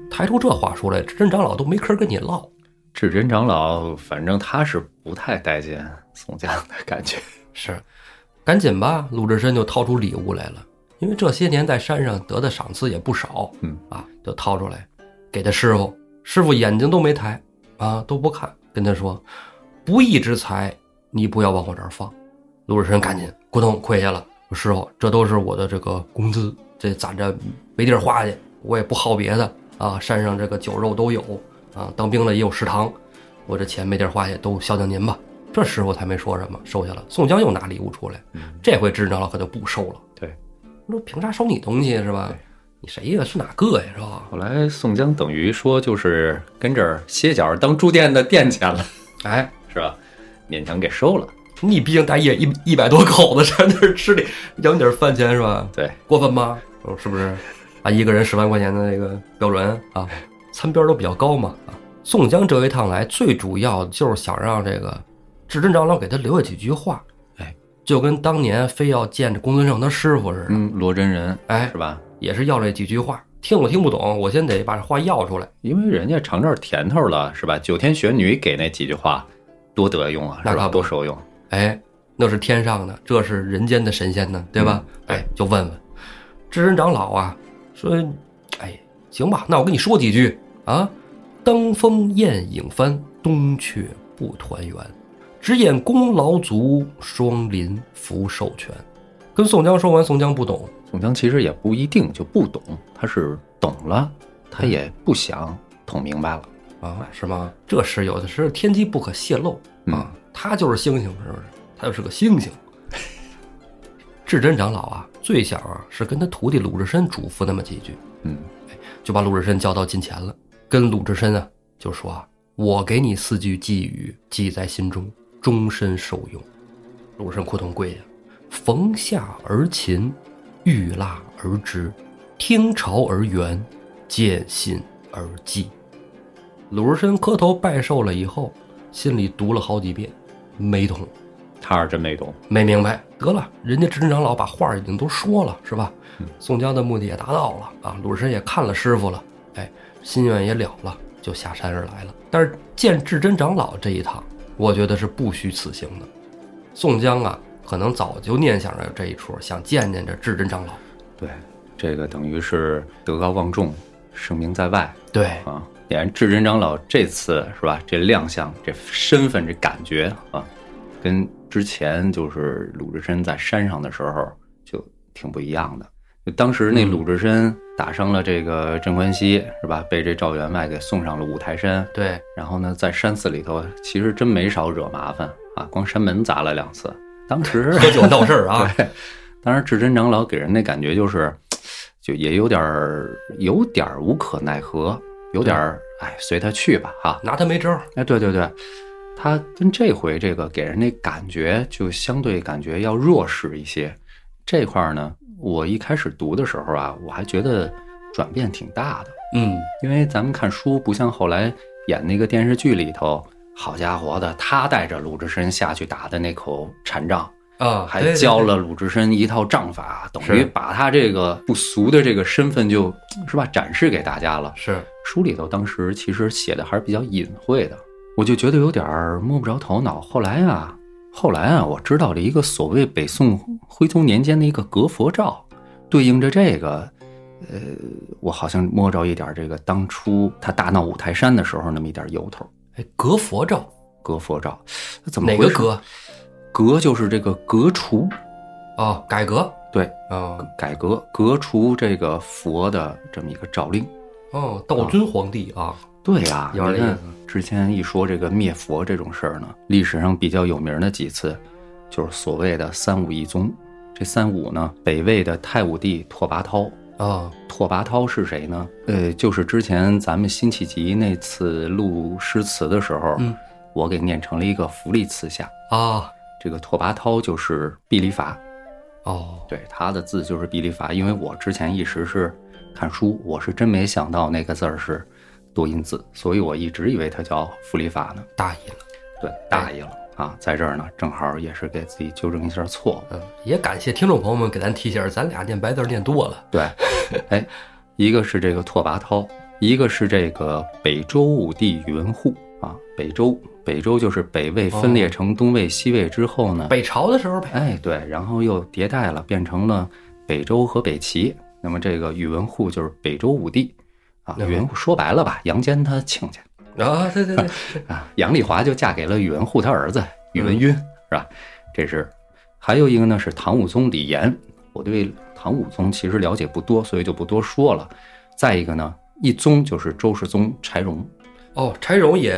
S1: 抬出这话说来，真长老都没吭跟你唠。
S2: 至真长老，反正他是不太待见宋江的感觉。
S1: 是，赶紧吧，鲁智深就掏出礼物来了，因为这些年在山上得的赏赐也不少，
S2: 嗯
S1: 啊，就掏出来给他师傅，师傅眼睛都没抬啊，都不看，跟他说，不义之财你不要往我这儿放。鲁智深赶紧咕咚跪下了，说师傅，这都是我的这个工资，这攒着没地儿花去，我也不好别的啊，山上这个酒肉都有啊，当兵了也有食堂，我这钱没地儿花去，都孝敬您吧。这师傅才没说什么，收下了。宋江又拿礼物出来，
S2: 嗯，
S1: 这回知道了可就不收了。
S2: 对，
S1: 说凭啥收你东西是吧
S2: 对？
S1: 你谁呀？是哪个呀？是吧？
S2: 后来宋江等于说就是跟这儿歇脚当住店的店钱了，
S1: 哎，
S2: 是吧？勉强给收了。
S1: 你毕竟大爷一一百多口子上那儿吃的，要你点饭钱是吧？
S2: 对，
S1: 过分吗？嗯是不是？啊，一个人十万块钱的那个标准啊，餐标都比较高嘛啊。宋江这一趟来，最主要就是想让这个至真长老给他留下几句话，
S2: 哎，
S1: 就跟当年非要见着公孙胜他师傅似的，
S2: 嗯，罗真人
S1: 哎
S2: 是，吧？
S1: 也是要这几句话，听我听不懂，我先得把话要出来。
S2: 因为人家尝这儿甜头了，是吧？九天玄女给那几句话多得用啊，
S1: 那
S2: 是吧？
S1: 可不
S2: 多受用。
S1: 哎，那是天上的，这是人间的神仙呢，对吧？
S2: 嗯
S1: 哎，就问问知人长老啊，说，哎，行吧，那我跟你说几句啊。当风雁影帆，东阙不团圆。只眼功劳足，双麟福寿全。跟宋江说完，宋江不懂，
S2: 宋江其实也不一定就不懂，他是懂了，他也不想懂明白了。
S1: 啊，是吗？这是有的时候天机不可泄露啊，他就是星星，是不是？他就是个星星。 [laughs] 至真长老啊，最想啊是跟他徒弟鲁智深嘱咐那么几句，
S2: 嗯，
S1: 就把鲁智深叫到近前了，跟鲁智深啊就说啊，我给你四句寄语，记在心中，终身受用。鲁智深扑通跪下，逢夏而勤，遇蜡而织，听潮而圆，见信而记。鲁智深磕头拜寿了以后，心里读了好几遍，没懂，
S2: 他是真没懂。
S1: 没明白。得了，人家执政长老把话已经都说了，是吧？
S2: 嗯
S1: 宋江的目的也达到了啊，鲁智深也看了师傅了，哎，心愿也了了，就下山而来了。但是见至真长老这一趟，我觉得是不虚此行的。宋江啊，可能早就念想着这一出，想见见这至真长老。
S2: 对，这个等于是德高望重，盛名在外
S1: 对，
S2: 啊。显然，智真长老这次是吧？这亮相，这身份，这感觉啊，跟之前就是鲁智深在山上的时候就挺不一样的。就当时那
S1: 嗯
S2: 鲁智深打伤了这个镇关西，是吧？被这赵员外给送上了五台山，
S1: 对，
S2: 然后呢，在山寺里头，其实真没少惹麻烦啊，光山门砸了两次。当时，
S1: 喝酒闹事儿啊
S2: 对，当时智真长老给人的感觉就是，就也有点儿有点儿无可奈何，有点儿哎，随他去吧哈、
S1: 拿他没招儿。
S2: 哎，对对对，他跟这回这个给人那感觉就相对感觉要弱势一些。这块儿呢，我一开始读的时候啊，我还觉得转变挺大的。
S1: 嗯，
S2: 因为咱们看书不像后来演那个电视剧里头，好家伙的，他带着鲁智深下去打的那口禅杖，
S1: 啊，对
S2: 还
S1: 对
S2: 教
S1: 对
S2: 了鲁智深一套杖法，等于
S1: 是
S2: 把他这个不俗的这个身份就是吧展示给大家了。
S1: 是
S2: 书里头当时其实写的还是比较隐晦的，我就觉得有点儿摸不着头脑。后来啊，后来啊，我知道了一个所谓北宋徽宗年间的一个隔佛诏，对应着这个，呃，我好像摸着一点儿这个当初他大闹五台山的时候那么一点儿由头。
S1: 哎，隔佛照
S2: 隔佛诏，怎么
S1: 哪
S2: 回
S1: 个
S2: 事
S1: 革？
S2: 革就是这个革除，
S1: 啊？改革
S2: 对，
S1: 啊？
S2: 改革革除这个佛的这么一个诏令。
S1: 哦，道君皇帝啊，
S2: 对呀、
S1: 有点
S2: 你看
S1: 意思
S2: 之前一说这个灭佛这种事儿呢，历史上比较有名的几次，就是所谓的三武一宗。这三武呢，北魏的太武帝拓跋焘，
S1: 啊，
S2: 拓跋焘是谁呢？呃，就是之前咱们辛弃疾那次录诗词的时候，
S1: 嗯
S2: 我给念成了一个福利词下。
S1: 啊，
S2: 这个拓跋焘就是毕礼法，
S1: 哦，
S2: 对，他的字就是比利法，因为我之前一直是看书，我是真没想到那个字儿是多音字，所以我一直以为它叫弗利法呢。
S1: 大意了，
S2: 对，大意了啊，在这儿呢，正好也是给自己纠正一下错误。
S1: 嗯，也感谢听众朋友们给咱提醒，咱俩念白字儿念多了，
S2: [laughs] 对，哎，一个是这个拓跋焘，一个是这个北周武帝宇文护啊。北周，北周就是北魏分裂成东魏、西魏之后呢，
S1: 北朝的时候呗，
S2: 哎，对，然后又迭代了，变成了北周和北齐。那么这个宇文护就是北周武帝啊。
S1: 嗯
S2: 宇文护说白了吧，杨坚他亲家
S1: 啊，对
S2: [laughs]
S1: 对对，
S2: 啊，杨丽华就嫁给了宇文护他儿
S1: 嗯
S2: 子宇文赟，是吧？这是还有一个呢是唐武宗李炎，我对唐武宗其实了解不多，所以就不多说了。再一个呢，一宗就是周世宗柴荣
S1: 哦，柴荣也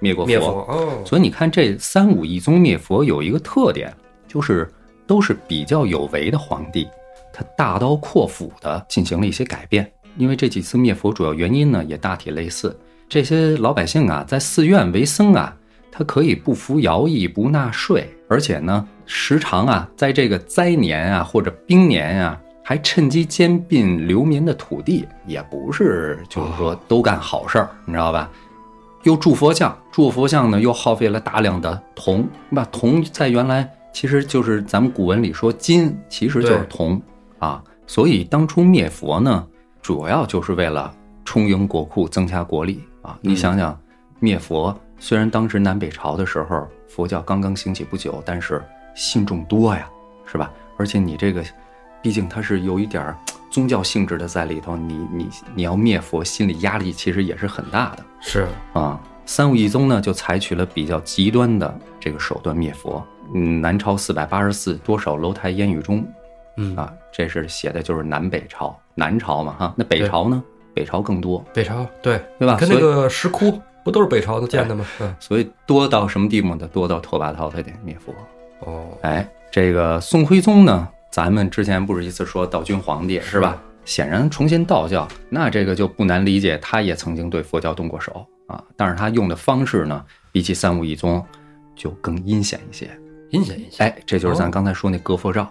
S2: 灭过
S1: 灭佛哦，
S2: 所以你看，这三武一宗灭佛有一个特点，就是都是比较有为的皇帝，他大刀阔斧的进行了一些改变。因为这几次灭佛主要原因呢，也大体类似。这些老百姓啊，在寺院为僧啊，他可以不服徭役、不纳税，而且呢，时常啊，在这个灾年啊或者兵年啊，还趁机兼并流民的土地，也不是就是说都干好事儿，你知道吧？又铸佛像，铸佛像呢又耗费了大量的铜，那铜在原来其实就是咱们古文里说金，其实就是
S1: 对
S2: 铜啊。所以当初灭佛呢，主要就是为了充盈国库、增加国力啊。你
S1: 嗯
S2: 想想，灭佛虽然当时南北朝的时候佛教刚刚兴起不久，但是信众多呀，是吧？而且你这个，毕竟它是有一点儿嘖宗教性质的在里头，你你你要灭佛，心理压力其实也是很大的。
S1: 是
S2: 啊，三武一宗呢就采取了比较极端的这个手段灭佛。嗯，南朝四百八十四，多少楼台烟雨中
S1: 嗯，
S2: 啊，这是写的就是南北朝，南朝嘛哈，那北朝呢？北朝更多，
S1: 北朝对
S2: 对吧
S1: 你看
S2: 啊所
S1: 那
S2: 以哎
S1: 个石窟不都是北朝的建的吗？嗯，
S2: 所以多到什么地步呢？多到拓跋焘他得灭佛。
S1: 哦，
S2: 哎，这个宋徽宗呢，咱们之前不是一次说道君皇帝是吧？显然重新道教，那这个就不难理解，他也曾经对佛教动过手啊，但是他用的方式呢，比起三武一宗就更阴险一些。
S1: 阴险阴险，
S2: 哎，这就是
S1: 哦
S2: 咱刚才说那隔佛诏，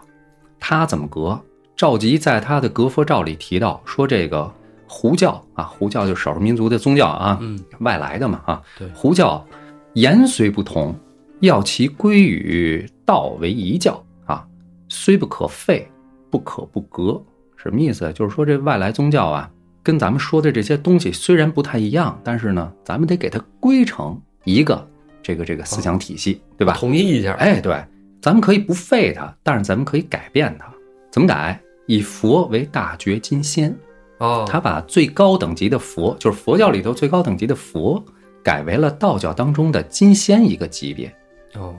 S2: 他怎么隔？赵佶在他的隔佛诏里提到说，这个胡教啊，胡教就是少数民族的宗教啊，
S1: 嗯，
S2: 外来的嘛啊，
S1: 对
S2: 胡教言虽不同，要其归与道为一教啊，虽不可废，不可不革。什么意思？就是说这外来宗教啊，跟咱们说的这些东西虽然不太一样，但是呢，咱们得给它归成一个这个这个思想体系，对吧？
S1: 统一一下，
S2: 哎，对，咱们可以不废它，但是咱们可以改变它。怎么改？以佛为大觉金仙，
S1: 哦，
S2: 他把最高等级的佛，就是佛教里头最高等级的佛，改为了道教当中的金仙一个级别。
S1: 哦，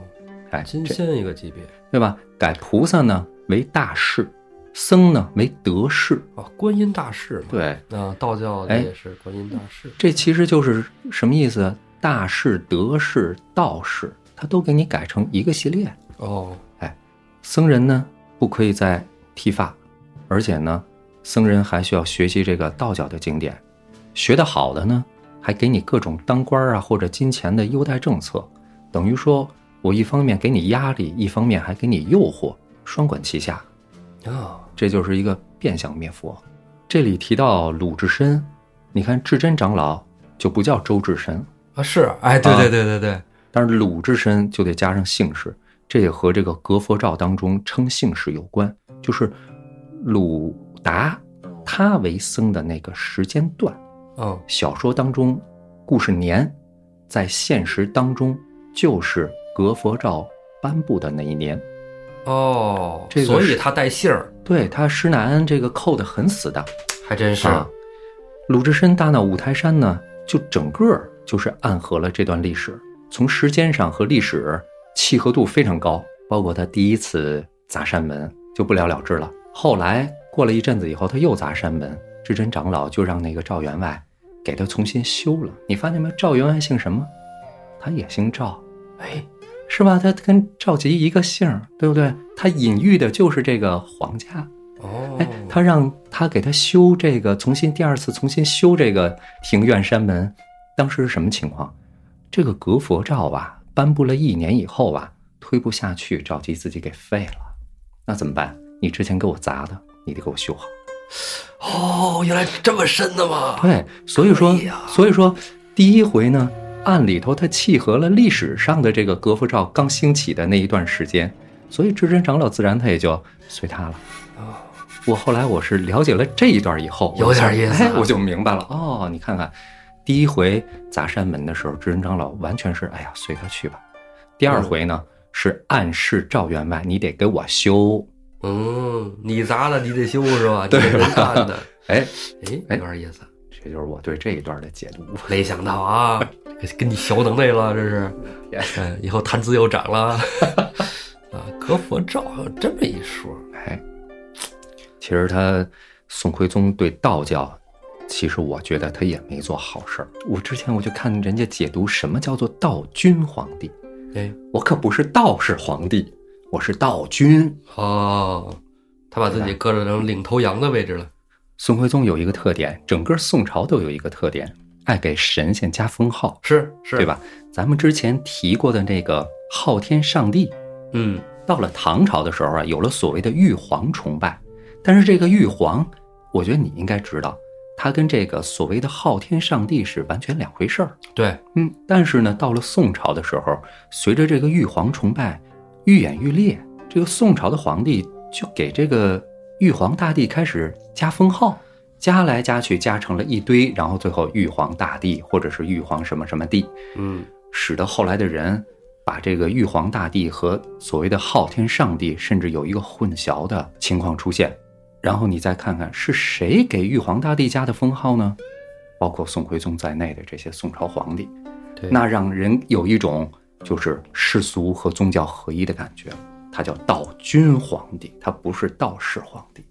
S2: 哎，
S1: 金
S2: 这
S1: 仙一个级别
S2: 对吧？改菩萨呢为大士，僧呢为德士。
S1: 哦，观音大士嘛，
S2: 对，
S1: 那道教的
S2: 哎
S1: 也是观音大士，
S2: 这其实就是什么意思？大士、德士、道士，他都给你改成一个系列。
S1: 哦，
S2: 僧人呢不可以再剃发，而且呢，僧人还需要学习这个道教的经典，学得好的呢，还给你各种当官啊或者金钱的优待政策，等于说我一方面给你压力，一方面还给你诱惑，双管齐下，
S1: 啊，
S2: 这就是一个变相灭佛。这里提到鲁智深，你看智真长老就不叫周智深，
S1: 啊是，哎，对
S2: 啊
S1: 对对对对，
S2: 但是鲁智深就得加上姓氏，这也和这个《隔佛诏》当中称姓氏有关，就是鲁达他为僧的那个时间段，
S1: 哦，
S2: 小说当中故事年，在现实当中就是《隔佛诏》颁布的那一年。
S1: 哦，
S2: 这个
S1: 所以
S2: 是
S1: 他带姓儿，
S2: 对他施耐庵这个扣得很死的，
S1: 还真是，
S2: 啊。鲁智深大闹五台山呢，就整个就是暗合了这段历史，从时间上和历史契合度非常高，包括他第一次砸山门就不了了之了。后来过了一阵子以后，他又砸山门，智真长老就让那个赵员外给他重新修了。你发现没有？赵员外姓什么？他也姓赵，
S1: 哎，
S2: 是吧？他跟赵佶一个姓儿，对不对？他隐喻的就是这个皇家。
S1: 哦
S2: 哎，，他让他给他修这个，重新第二次重新修这个庭院山门，当时是什么情况？这个隔佛诏啊，颁布了一年以后啊，推不下去，赵佶自己给废了，那怎么办？你之前给我砸的，你得给我修好。
S1: 哦，原来这么深的吗？
S2: 对，所以说
S1: 可以啊，
S2: 所以说，第一回呢，按里头它契合了历史上的这个格佛诏刚兴起的那一段时间，所以智真长老自然他也就随他了。
S1: 哦，
S2: 我后来我是了解了这一段以后，
S1: 有点意思啊
S2: 哎我就明白了。哦，你看看，第一回砸山门的时候，智仁长老完全是哎呀随他去吧。第
S1: 嗯
S2: 二回呢、是暗示赵员外，你得给我修。
S1: 嗯，你砸了你得修是吧？你得人干的，
S2: [laughs] 哎，
S1: 哎，有点意思，
S2: 这就是我对这一段的解读。
S1: 没想到啊，跟你学能耐了，这是，哎，以后谈资又长了 [laughs] 啊。隔佛照有这么一说，
S2: 哎，其实他宋徽宗对道教，其实我觉得他也没做好事儿。我之前我就看人家解读什么叫做道君皇帝，
S1: 哎，
S2: 我可不是道士皇帝，我是道君。
S1: 哦，他把自己搁到成领头羊的位置了，
S2: 宋徽宗有一个特点，整个宋朝都有一个特点，爱给神仙加封号，
S1: 是是，
S2: 对？吧？咱们之前提过的那个昊天上帝，
S1: 嗯，
S2: 到了唐朝的时候啊，有了所谓的玉皇崇拜，但是这个玉皇，我觉得你应该知道，他跟这个所谓的昊天上帝是完全两回事儿。
S1: 对，
S2: 嗯，但是呢，到了宋朝的时候，随着这个玉皇崇拜愈演愈烈，这个宋朝的皇帝就给这个玉皇大帝开始加封号，加来加去加成了一堆，然后最后玉皇大帝或者是玉皇什么什么帝，
S1: 嗯，
S2: 使得后来的人把这个玉皇大帝和所谓的昊天上帝，甚至有一个混淆的情况出现。然后你再看看是谁给玉皇大帝加的封号呢？包括宋徽宗在内的这些宋朝皇帝，
S1: 对，
S2: 那让人有一种就是世俗和宗教合一的感觉。他叫道君皇帝，他不是道士皇帝。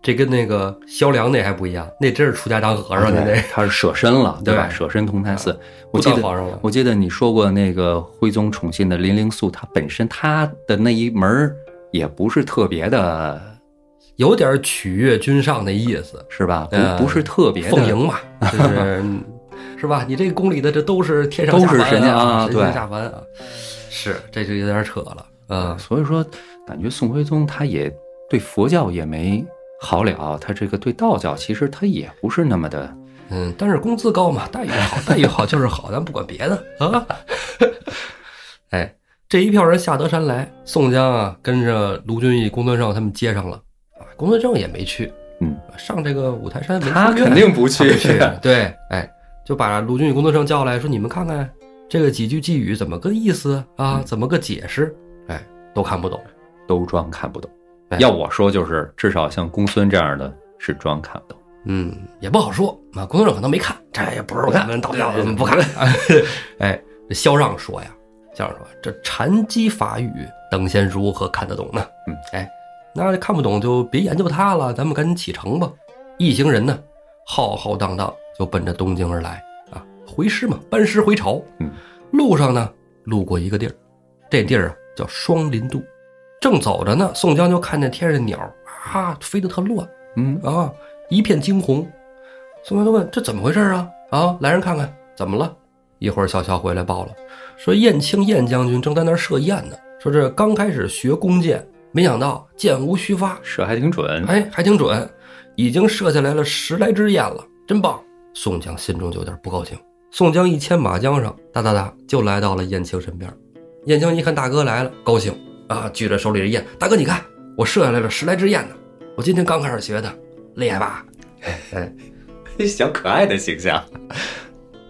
S1: 这跟那个萧良那还不一样，那真是出家当和尚的
S2: 啊对
S1: 那，
S2: 他是舍身了，对啊吧？
S1: 对
S2: 舍身同泰寺。
S1: 不
S2: 我记
S1: 当
S2: 得
S1: 皇上了，
S2: 我记得你说过那个徽宗宠信的林灵素，她本身她的那一门儿也不是特别的，
S1: 有点取悦君上的意思，
S2: 是吧？
S1: 呃
S2: 不不是特别的
S1: 奉迎嘛， [laughs] 就是是吧？你这宫里的这都是天上
S2: 都
S1: 下
S2: 是
S1: 凡
S2: 神仙
S1: 啊，
S2: 啊
S1: 神
S2: 对
S1: 仙下凡啊，是这就有点扯了啊。
S2: 所以说，感觉宋徽宗他也对佛教也没好了，他这个对道教其实他也不是那么的。
S1: 嗯，但是工资高嘛，待遇好，待遇好就是好，咱不管别的啊。 [laughs] 哎，这一票人下得山来，宋江啊跟着卢俊义、公孙胜他们接上了啊，公孙胜也没去，
S2: 嗯，
S1: 上这个五台山没
S2: 他
S1: 出院
S2: 肯定
S1: 他
S2: 不
S1: 不
S2: 去 [laughs]
S1: 去，对，哎，就把卢俊义、公孙胜叫来说，你们看看这个几句寄语怎么个意思啊，
S2: 嗯
S1: 怎么个解释？哎，都看不懂。
S2: 都装看不懂
S1: 哎。
S2: 要我说，就是至少像公孙这样的是装看不懂。
S1: 嗯，也不好说啊。工作者可能没看，这也不是我们到底要不看。 [laughs] 哎，这萧让说呀，萧让说这禅机法语，等闲如何看得懂呢？
S2: 嗯，
S1: 哎，那看不懂就别研究它了，咱们赶紧启程吧。一行人呢，浩浩荡荡就奔着东京而来啊，回师嘛，班师回朝。
S2: 嗯，
S1: 路上呢，路过一个地儿，这地儿啊叫双林渡。正走着呢，宋江就看见天上鸟啊飞得特乱，
S2: 嗯，
S1: 啊，一片惊鸿。宋江就问：“这怎么回事啊？啊，来人看看，怎么了？”一会儿，小乔回来报了，说燕青燕将军正在那儿射雁呢，说这刚开始学弓箭，没想到箭无虚发，
S2: 射还挺准。
S1: 哎，还挺准，已经射下来了十来支雁了，真棒！宋江心中就有点不高兴。宋江一牵马缰上，哒哒哒就来到了燕青身边。燕青一看大哥来了，高兴啊，举着手里的雁，大哥你看，我射下来了十来只雁呢，我今天刚开始学的，厉害吧？
S2: 小可爱的形象。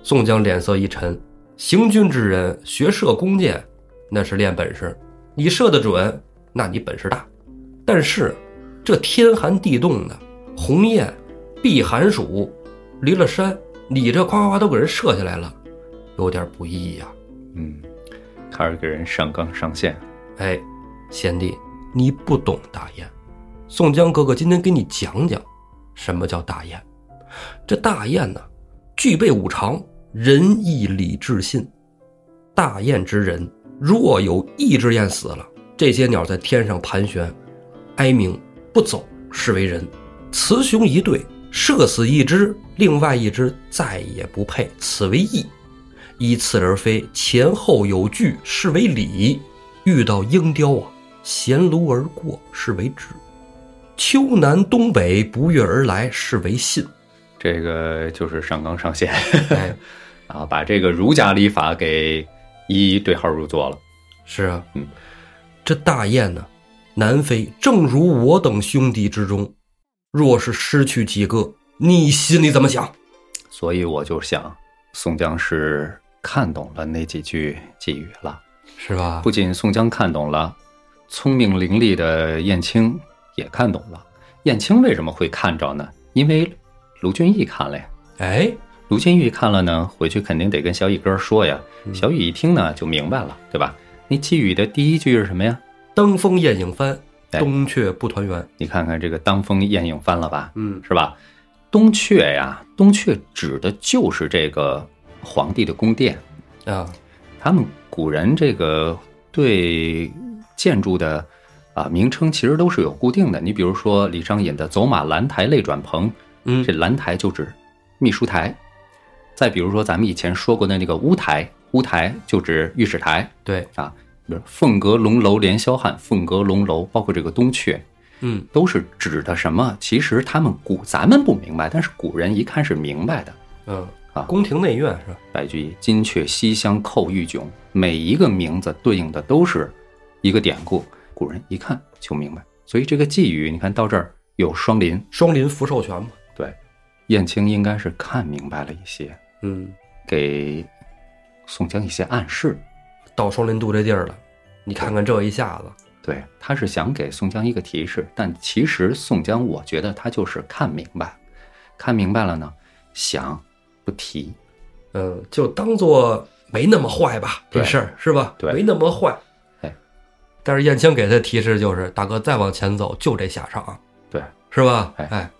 S1: 宋江脸色一沉，行军之人学射弓箭，那是练本事。你射得准，那你本事大。但是，这天寒地冻的，鸿雁、避寒暑，离了山，你这夸夸夸都给人射下来了，有点不易呀、
S2: 嗯，开始给人上纲上线。
S1: 哎，贤弟，你不懂大雁。宋江哥哥今天给你讲讲，什么叫大雁。这大雁呢，具备五常：仁、义、礼、智、信。大雁之人，若有一只雁死了，这些鸟在天上盘旋，哀鸣不走，是为人。雌雄一对，射死一只，另外一只再也不配，此为义。依次而飞，前后有据，是为理；遇到鹰雕啊，衔炉而过，是为智；秋南东北不约而来，是为信。
S2: 这个就是上纲上线
S1: 哎，
S2: 啊，把这个儒家礼法给一一对号入座了。
S1: 是啊，
S2: 嗯，
S1: 这大雁呢，南飞，正如我等兄弟之中，若是失去几个，你心里怎么想？
S2: 所以我就想，宋江是看懂了那几句寄语了。
S1: 是吧？
S2: 不仅宋江看懂了，聪明伶俐的燕青也看懂了。燕青为什么会看着呢？因为卢俊义看了呀。
S1: 哎，
S2: 卢俊义看了呢，回去肯定得跟小雨哥说呀。小雨一听呢，就明白了，对吧？那寄语的第一句是什么呀？
S1: 登峰宴影翻，
S2: 哎
S1: 东阙不团圆。
S2: 你看看这个“当风雁影”翻了吧，
S1: 嗯，
S2: 是吧？东阙呀，东阙指的就是这个皇帝的宫殿。
S1: 啊，
S2: 他们古人这个对建筑的啊名称其实都是有固定的。你比如说李商隐的“走马兰台泪转蓬”，
S1: 嗯
S2: 这兰台就指秘书台；再比如说咱们以前说过的那个乌台，乌台就指御史台
S1: 对，
S2: 啊。比如凤阁龙楼连霄汉，凤阁龙楼包括这个东阙，
S1: 嗯，
S2: 都是指的什么？其实他们古咱们不明白，但是古人一看是明白的。
S1: 嗯
S2: 啊
S1: 宫廷内院是吧？
S2: 白居易“金阙西厢叩玉炯”，每一个名字对应的都是一个典故，古人一看就明白。所以这个寄语，你看到这儿有双临，
S1: 双林福寿全嘛。
S2: 对，燕青应该是看明白了一些，
S1: 嗯，
S2: 给宋江一些暗示。
S1: 到双林渡这地儿了，你看看这一下子，
S2: 对，他是想给宋江一个提示，但其实宋江，我觉得他就是看明白，看明白了呢，想不提，
S1: 嗯，就当做没那么坏吧，这
S2: 对
S1: 事儿是吧？
S2: 对
S1: 没那么坏。
S2: 哎，
S1: 但是燕青给他提示就是，大哥再往前走就这下场，
S2: 对，
S1: 是吧？
S2: 哎
S1: 哎，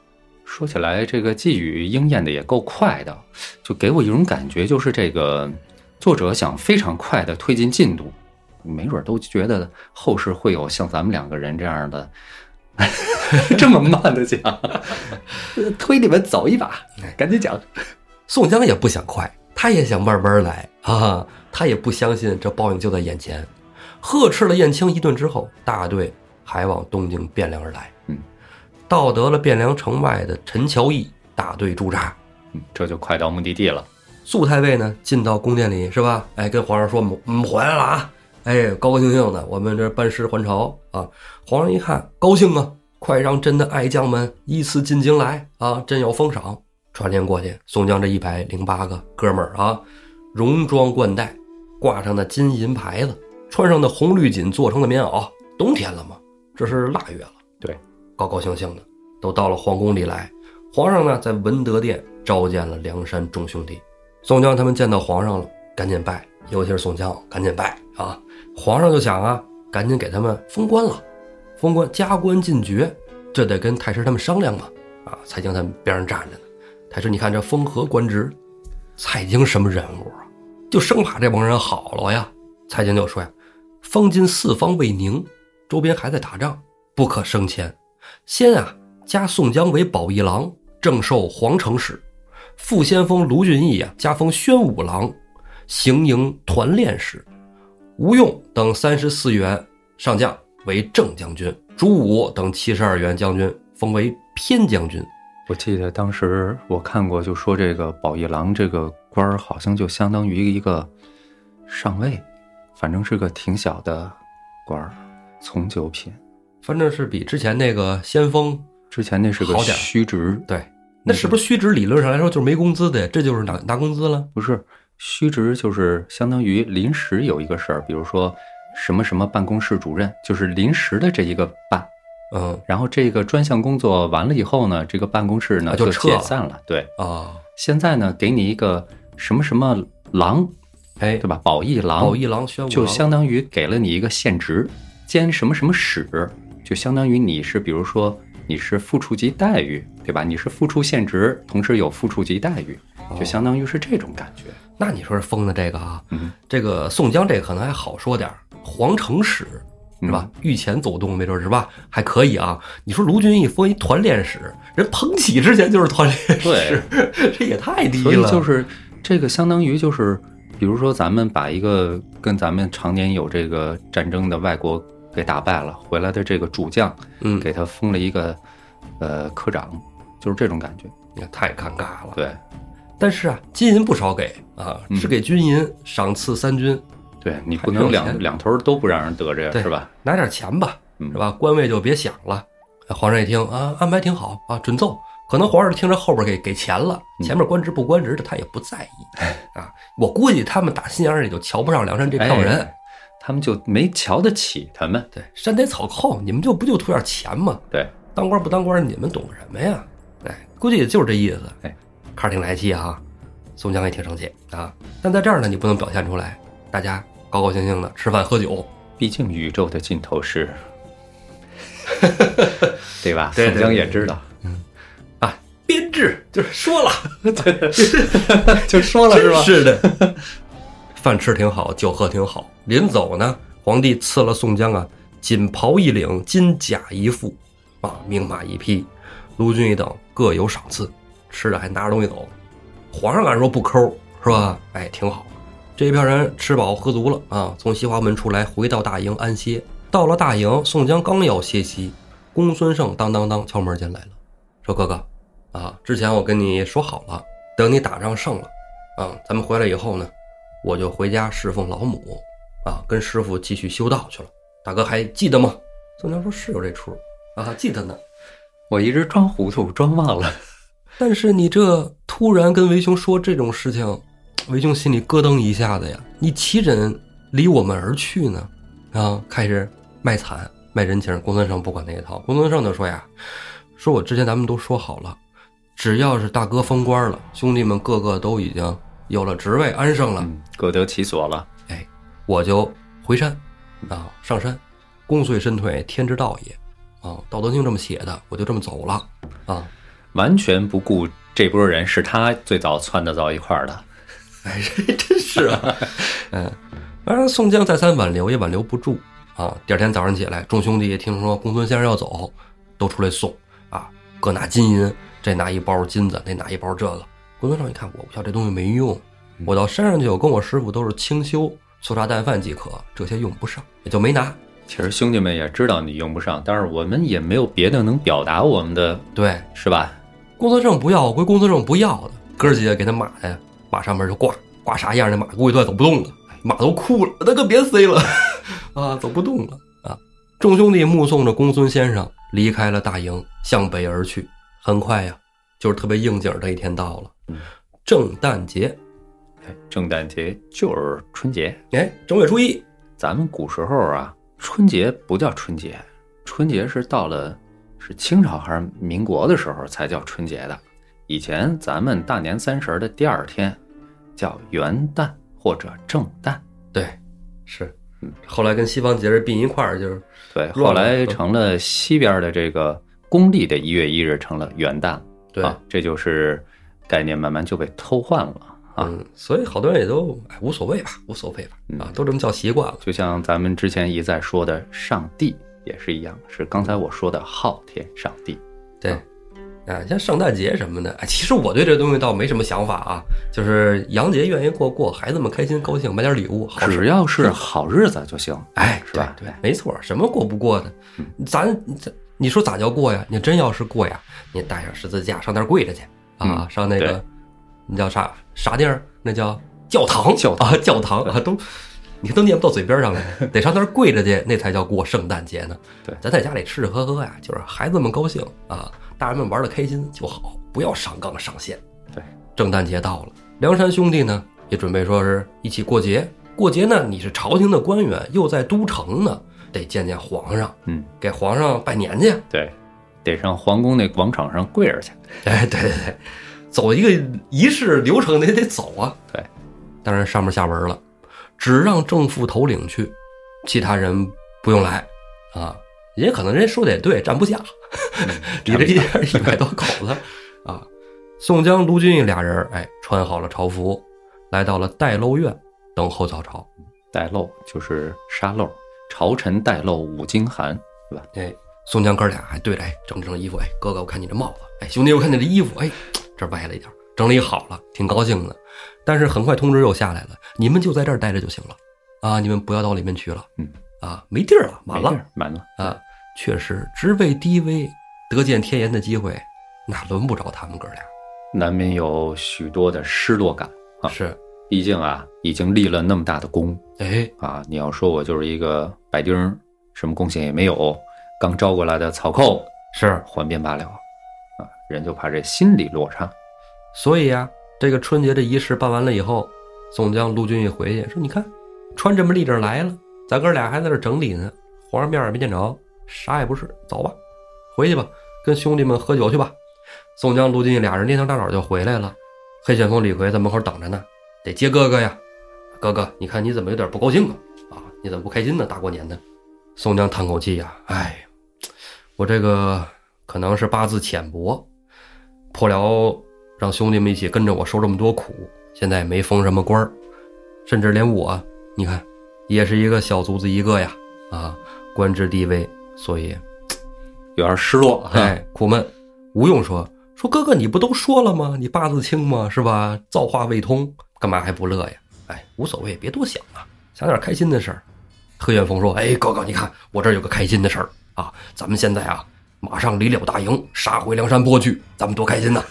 S2: 说起来，这个寄语应验的也够快的，就给我一种感觉，就是这个作者想非常快的推进进度，没准都觉得后世会有像咱们两个人这样的 [laughs] 这么慢的讲， [laughs] 推你们走一把，赶紧讲。
S1: 宋江也不想快，他也想慢慢来啊，他也不相信这报应就在眼前。呵斥了燕青一顿之后，大队还往东京汴梁而来。
S2: 嗯，
S1: 到得了汴梁城外的陈桥驿，大队驻扎。
S2: 嗯这就快到目的地了。
S1: 素太尉呢，进到宫殿里是吧？哎，跟皇上说我们我们回来了啊！哎，高高兴兴的，我们这班师还朝啊！皇上一看高兴啊，快让朕的爱将们依次进京来啊！朕要封赏。传令过去，宋江这一百零八个哥们儿啊，戎装冠带，挂上的金银牌子，穿上的红绿锦做成的棉袄。冬天了嘛，这是腊月了，
S2: 对，
S1: 高高兴兴的都到了皇宫里来。皇上呢，在文德殿召见了梁山众兄弟。宋江他们见到皇上了，赶紧拜，尤其是宋江，赶紧拜啊！皇上就想啊，赶紧给他们封官了，封官加官进爵，这得跟太师他们商量嘛。啊，蔡京他们边上站着呢，太师你看这封和官职，蔡京什么人物啊？就生怕这帮人好了呀。蔡京就说呀：“方今四方未宁，周边还在打仗，不可升迁。先啊，加宋江为保义郎，正授皇城使。副先锋卢俊义啊，加封宣武郎，行营团练使；吴用等三十四员上将为正将军，朱武等七十二员将军封为偏将军。
S2: 我记得当时我看过，就说这个宝一郎这个官儿好像就相当于一个上尉，反正是个挺小的官儿，从九品。
S1: 反正是比之前那个先锋，
S2: 之前那是个
S1: 好点儿
S2: 虚职，
S1: 对，那是不是虚职？理论上来说就是没工资的，这就是拿拿工资了。
S2: 不是虚职，就是相当于临时有一个事儿，比如说什么什么办公室主任，就是临时的这一个办。
S1: 嗯
S2: 然后这个专项工作完了以后呢，这个办公室呢
S1: 啊就撤
S2: 解
S1: 了
S2: 散了。对，
S1: 啊，
S2: 现在呢给你一个什么什么郎，
S1: 哎
S2: 对，吧？保义郎，
S1: 保义郎、宣武郎
S2: 就相当于给了你一个现职，兼什么什么使，就相当于你是比如说你是副处级待遇，对吧？你是副处现职，同时有副处级待遇，
S1: 哦
S2: 就相当于是这种感觉。
S1: 那你说是封的这个啊，
S2: 嗯
S1: 这个宋江这个可能还好说点儿，皇城使是
S2: 嗯
S1: 吧？御前走动没准儿是吧？还可以啊。你说卢俊义封一团练使，人彭启之前就是团练使，这也太低
S2: 所以
S1: 了。
S2: 就是这个相当于就是，比如说咱们把一个跟咱们常年有这个战争的外国给打败了，回来的这个主将
S1: 嗯，
S2: 给他封了一个呃科长，就是这种感觉。
S1: 你看太尴尬了。
S2: 对
S1: 但是啊，金银不少给啊，
S2: 嗯
S1: 只给军银，赏赐三军，
S2: 对，你不
S1: 还是有
S2: 能
S1: 钱
S2: 两两头都不让人得着呀，
S1: 对
S2: 是吧？
S1: 拿点钱吧，
S2: 嗯
S1: 是吧？官位就别想了。皇上一听啊，安排挺好啊，准奏。可能皇上听着后边给给钱了，
S2: 嗯
S1: 前面官职不官职的他也不在意啊。我估计他们打心眼里就瞧不上梁山这票人。
S2: 哎哎他们就没瞧得起他们。
S1: 对，山贼草寇，你们就不就图点钱吗？
S2: 对，
S1: 当官不当官，你们懂什么呀？哎，估计也就是这意思。
S2: 哎，
S1: 看着挺来气啊，宋江也挺生气啊。但在这儿呢，你不能表现出来，大家高高兴兴的吃饭喝酒，
S2: 毕竟宇宙的尽头 [laughs] 是，对吧？
S1: 对对
S2: 宋江也知道，
S1: 编制就是说了，
S2: [laughs] 就说了是吧？
S1: 是的， [laughs] 饭吃挺好，酒喝挺好。临走呢，皇帝赐了宋江啊锦袍一领，金甲一副，啊名马一匹，卢俊一等各有赏赐，吃的还拿着东西走。皇上敢说不抠是吧？哎，挺好。这一票人吃饱喝足了啊，从西华门出来，回到大营安歇。到了大营，宋江刚要歇息，公孙胜当当当敲门进来了，说：“哥哥，啊，之前我跟你说好了，等你打仗胜了，啊，咱们回来以后呢，我就回家侍奉老母，啊，跟师傅继续修道去了。大哥还记得吗？”宋江说：“是有这出啊，记得呢。
S2: 我一直装糊涂，装忘了。
S1: 但是你这突然跟为兄说这种事情，为兄心里咯噔一下子呀。你岂忍离我们而去呢？啊，开始卖惨卖人情。公孙胜不管那一套，公孙胜就说呀：“说我之前咱们都说好了，只要是大哥封官了，兄弟们个个都已经有了职位安上了，
S2: 嗯，各得其所了。
S1: 哎，我就回山啊，上山，功遂身退，天之道也啊，《道德经》这么写的，我就这么走了啊。”
S2: 完全不顾这波人是他最早撺掇到一块儿的。
S1: 哎， [laughs] 这真是啊， [laughs] 嗯，反正宋江再三挽留也挽留不住啊。第二天早上起来，众兄弟一听说公孙先生要走，都出来送啊，各拿金银，这拿一包金子，那拿一包这个。公孙胜一看，我不要这东西没用，我到山上去，我跟我师傅都是清修，粗茶淡饭即可，这些用不上，也就没拿。
S2: 其实兄弟们也知道你用不上，但是我们也没有别的能表达我们的，
S1: 对，
S2: 是吧？
S1: 公孙胜不要，归公孙胜不要的。哥儿几个给他马呀，马上面就挂，挂啥样的马估计都快走不动了，马都哭了，大哥别塞
S2: [laughs]
S1: 了啊，走不动了啊！众兄弟目送着公孙先生离开了大营，向北而去。很快呀，就是特别应景的一天到了
S2: 嗯，
S1: 正旦节，
S2: 哎圣诞节就是春节，
S1: 哎，正月初一，
S2: 咱们古时候啊，春节不叫春节，春节是到了是清朝还是民国的时候才叫春节的。以前咱们大年三十的第二天叫元旦或者正旦，
S1: 对，是
S2: 嗯，
S1: 后来跟西方节日并一块儿，就是
S2: 对，
S1: 乱了
S2: 后来成了西边的这个公历的一月一日成了元旦，
S1: 对，
S2: 啊，这就是概念慢慢就被偷换了啊。
S1: 嗯，所以好多人也都哎无所谓吧，无所谓吧，
S2: 嗯
S1: 啊，都这么叫习惯了，
S2: 就像咱们之前一再说的，上帝也是一样，是刚才我说的昊天上帝。
S1: 对
S2: 啊，
S1: 啊，像圣诞节什么的，哎，其实我对这东西倒没什么想法啊，就是洋节愿意过过，孩子们开心高兴，买点礼物，好事
S2: 只。要是好日子就行，
S1: 哎，
S2: 是吧？嗯
S1: 对，对，没错，什么过不过的，咱咱你说咋叫过呀？你真要是过呀，你带上十字架上那儿跪着去啊，
S2: 嗯
S1: 上那个
S2: 对
S1: 那叫啥啥地儿？那叫教堂，
S2: 教
S1: 堂啊，教堂啊，都你都念不到嘴边上
S2: [laughs]
S1: 来，得上那儿跪着去，那才叫过圣诞节呢。
S2: 对
S1: 咱在家里吃吃喝喝呀，就是孩子们高兴啊，大人们玩的开心就好，不要上纲上线。
S2: 对，
S1: 圣诞节到了，梁山兄弟呢也准备说是一起过节。过节呢，你是朝廷的官员，又在都城呢，得见见皇上，
S2: 嗯，
S1: 给皇上拜年去。
S2: 对，得上皇宫那广场上跪着去。
S1: 哎，对对对，走一个仪式流程得得走啊。
S2: 对，
S1: 当然上面下文了，只让正副头领去，其他人不用来啊。也可能人家说的也对，站不下，你这一下一百多口子啊。宋江、卢俊义俩人，哎，穿好了朝服，来到了戴漏院等候早朝。
S2: 带漏就是沙漏，朝臣带漏五更寒，对吧？
S1: 哎，宋江哥俩还对着，哎，整整衣服，哎，哥哥，我看你这帽子，哎，兄弟，我看你这衣服，哎，这儿歪了一点儿，整理好了，挺高兴的。但是很快通知又下来了，你们就在这儿待着就行了，啊，你们不要到里面去了，
S2: 嗯，
S1: 啊，没地儿了，满
S2: 没
S1: 了
S2: 地儿，满了。
S1: 啊，确实职位低微，得见天颜的机会，那轮不着他们哥俩，
S2: 难免有许多的失落感啊。
S1: 是，
S2: 毕竟啊，已经立了那么大的功
S1: 哎，
S2: 啊，你要说我就是一个白丁儿，什么贡献也没有，刚招过来的草寇，
S1: 是，
S2: 还变罢了，啊，人就怕这心理落差。
S1: 所以呀、啊这个春节的仪式办完了以后，宋江、陆俊义回去说：“你看，穿这么立正来了，咱哥俩还在这整理呢，皇上面也没见着，啥也不是，走吧，回去吧，跟兄弟们喝酒去吧。”宋江、陆俊义俩人那趟大早就回来了，黑旋风李逵在门口等着呢，得接哥哥呀。哥哥，你看你怎么有点不高兴啊？啊，你怎么不开心呢？大过年的。宋江叹口气呀、哎，我这个可能是八字浅薄，破了让兄弟们一起跟着我受这么多苦，现在也没封什么官儿，甚至连我，你看，也是一个小卒子一个呀，啊，官职低微，所以
S2: 有点失落，
S1: 哎，苦闷。吴用说：“说哥哥，你不都说了吗？你八字轻吗？是吧？造化未通，干嘛还不乐呀？哎，无所谓，别多想啊，想点开心的事儿。”贺远峰说：“哎，哥哥，你看我这儿有个开心的事儿啊，咱们现在啊，马上离了大营，杀回梁山泊去，咱们多开心 [laughs] 呐、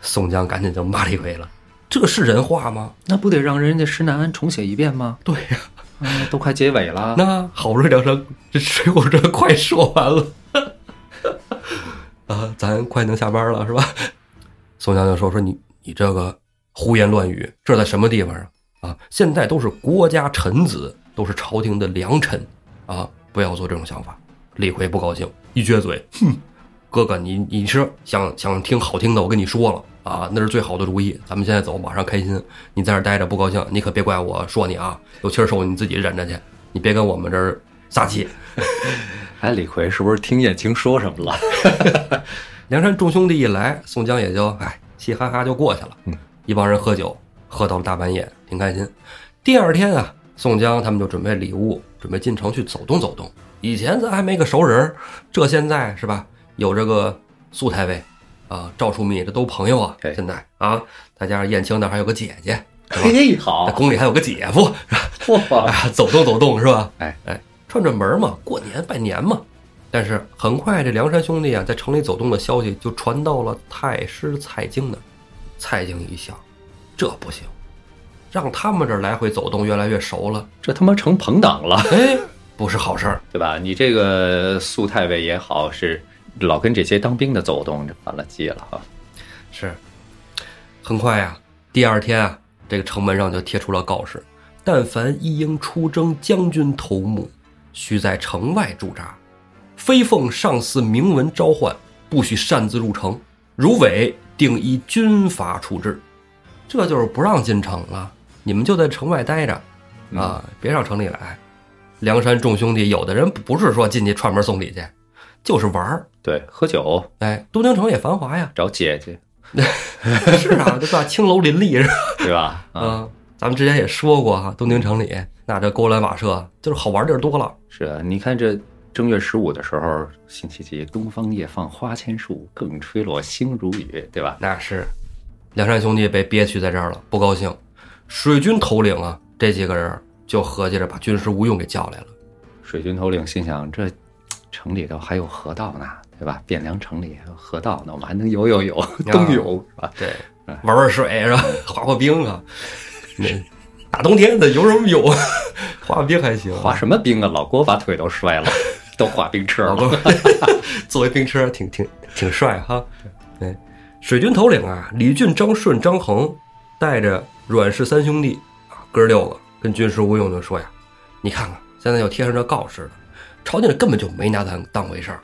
S1: 宋江赶紧就骂李逵了：“这是人话吗？
S2: 那不得让人家施耐庵重写一遍吗？
S1: 对呀、
S2: 啊，都快结尾了，
S1: 那好日梁山，这《水浒传》快说完了，啊，咱快能下班了是吧？宋江就说：“说你你这个胡言乱语，这在什么地方啊？啊，现在都是国家臣子，都是朝廷的良臣啊，不要做这种想法。”李逵不高兴，一撅嘴，哼，哥哥你你是想想听好听的，我跟你说了啊，那是最好的主意。咱们现在走，马上开心。你在这儿待着不高兴，你可别怪我说你啊，有气儿受你自己忍着去，你别跟我们这儿撒气。
S2: 哎，李逵是不是听燕青说什么了？
S1: 梁山众兄弟一来，宋江也就哎嘻哈哈就过去了。
S2: 嗯
S1: 一帮人喝酒，喝到了大半夜，挺开心。第二天啊，宋江他们就准备礼物，准备进城去走动走动。以前咱还没个熟人儿，这现在是吧？有这个苏太尉啊，赵枢密，这都朋友啊
S2: 对。
S1: 现在啊，再加上燕青那儿还有个姐姐，
S2: 嘿，
S1: 在
S2: 好，
S1: 宫里还有个姐夫，
S2: 嚯，
S1: 啊，走动走动是吧？
S2: 哎
S1: 哎，串串门儿嘛，过年拜年嘛。但是很快，这梁山兄弟啊，在城里走动的消息就传到了太师蔡京那儿。蔡京一想，这不行，让他们这儿来回走动，越来越熟了，
S2: 这他妈成朋党了，
S1: 哎，不是好事儿。
S2: 对吧？你这个苏太尉也好，是老跟这些当兵的走动，这反了计了哈。
S1: 是，很快呀、第二天啊，这个城门上就贴出了告示：但凡一应出征将军头目，须在城外驻扎，非奉上司明文召唤，不许擅自入城。如违，定依军法处置。这就是不让进城了，你们就在城外待着啊，别上城里来。梁山众兄弟，有的人不是说进去串门送礼去，就是玩儿。
S2: 对，喝酒
S1: 哎，东京城也繁华呀，
S2: 找姐姐，
S1: [laughs] 是啊，对吧？青楼林立是吧？
S2: 对吧？啊，
S1: 嗯，咱们之前也说过哈，东京城里那这勾栏瓦舍就是好玩地儿多了。
S2: 是啊，你看这。正月十五的时候，辛弃疾“东方夜放花千树，更吹落星如雨”，对吧？
S1: 那是，梁山兄弟被憋屈在这儿了，不高兴。水军头领啊，这几个人就合计着把军师吴用给叫来了。
S2: 水军头领心想：这城里头还有河道呢，对吧？汴梁城里还有河道呢，我们还能游游泳、冬泳，是吧？
S1: 对，玩玩水是吧？ [laughs] 滑滑冰啊，那大冬天的游什么泳？ [laughs] 滑滑冰还行啊，
S2: 滑什么冰啊？老郭把腿都摔了，都滑冰车
S1: 老
S2: 了。
S1: 公 [laughs] 作为冰车挺挺挺帅哈。对，水军头领啊，李俊、张顺、张衡带着阮氏三兄弟啊，哥六个跟军师吴用就说呀：“你看看，现在又贴上这告示了，朝廷根本就没拿咱当回事儿，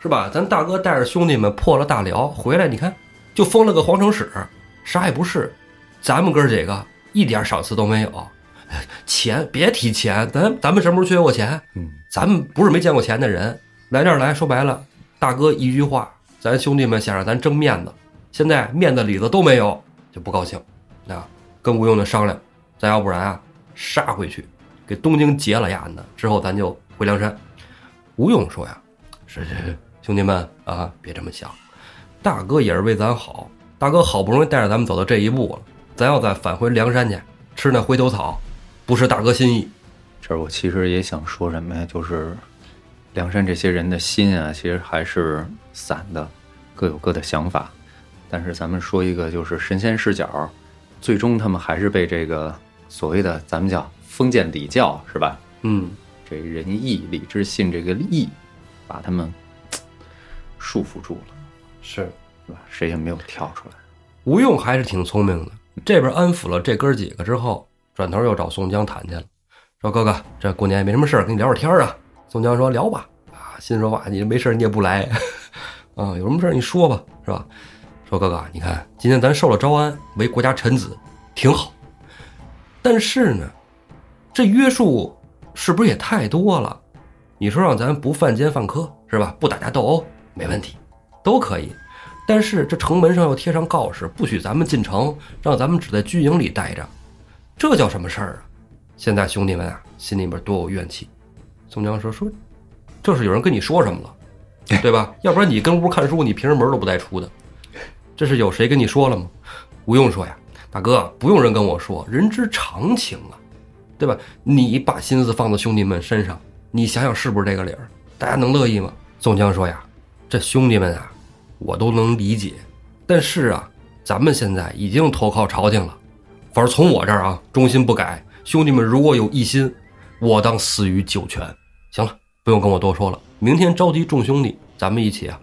S1: 是吧？咱大哥带着兄弟们破了大辽回来，你看就封了个皇城使，啥也不是，咱们哥儿几个一点赏赐都没有。”钱别提钱，咱咱们什么时候缺过钱？
S2: 嗯，
S1: 咱们不是没见过钱的人，来这儿来说白了，大哥一句话，咱兄弟们想让咱争面子，现在面子里子都没有，就不高兴啊。跟吴用的商量，咱要不然啊，杀回去，给东京劫了丫的，之后咱就回梁山。吴用说呀：“是是是，兄弟们啊，别这么想，大哥也是为咱好，大哥好不容易带着咱们走到这一步了，咱要再返回梁山去吃那回头草，不是大哥心意。
S2: 这儿我其实也想说什么呀，就是梁山这些人的心啊，其实还是散的，各有各的想法。但是咱们说一个，就是神仙视角，最终他们还是被这个所谓的咱们叫封建礼教，是吧？
S1: 嗯，
S2: 这仁义礼智信这个义，把他们束缚住了，
S1: 是
S2: 对吧？谁也没有跳出来。
S1: 吴用还是挺聪明的，这边安抚了这哥儿几个之后，转头又找宋江谈去了，说：“哥哥，这过年也没什么事儿，跟你聊会儿天儿啊。”宋江说：“聊吧。”啊，心说：“哇，你没事儿你也不来， [laughs] 啊，有什么事儿你说吧，是吧？”说：“哥哥，你看今天咱受了招安，为国家臣子，挺好。但是呢，这约束是不是也太多了？你说让咱不犯奸犯科是吧？不打架斗殴没问题，都可以。”但是这城门上又贴上告示，不许咱们进城，让咱们只在军营里待着，这叫什么事儿啊？现在兄弟们啊，心里面多有怨气。宋江说：“说，这是有人跟你说什么了，对吧？要不然你跟屋看书，你平时门都不带出的，这是有谁跟你说了吗？”吴用说：“呀，大哥，不用人跟我说，人之常情啊，对吧？你把心思放到兄弟们身上，你想想是不是这个理儿？大家能乐意吗？”宋江说：“呀，这兄弟们啊，我都能理解。但是啊，咱们现在已经投靠朝廷了，反正从我这儿啊，忠心不改。兄弟们如果有一心，我当死于九泉。行了，不用跟我多说了。明天召集众兄弟，咱们一起啊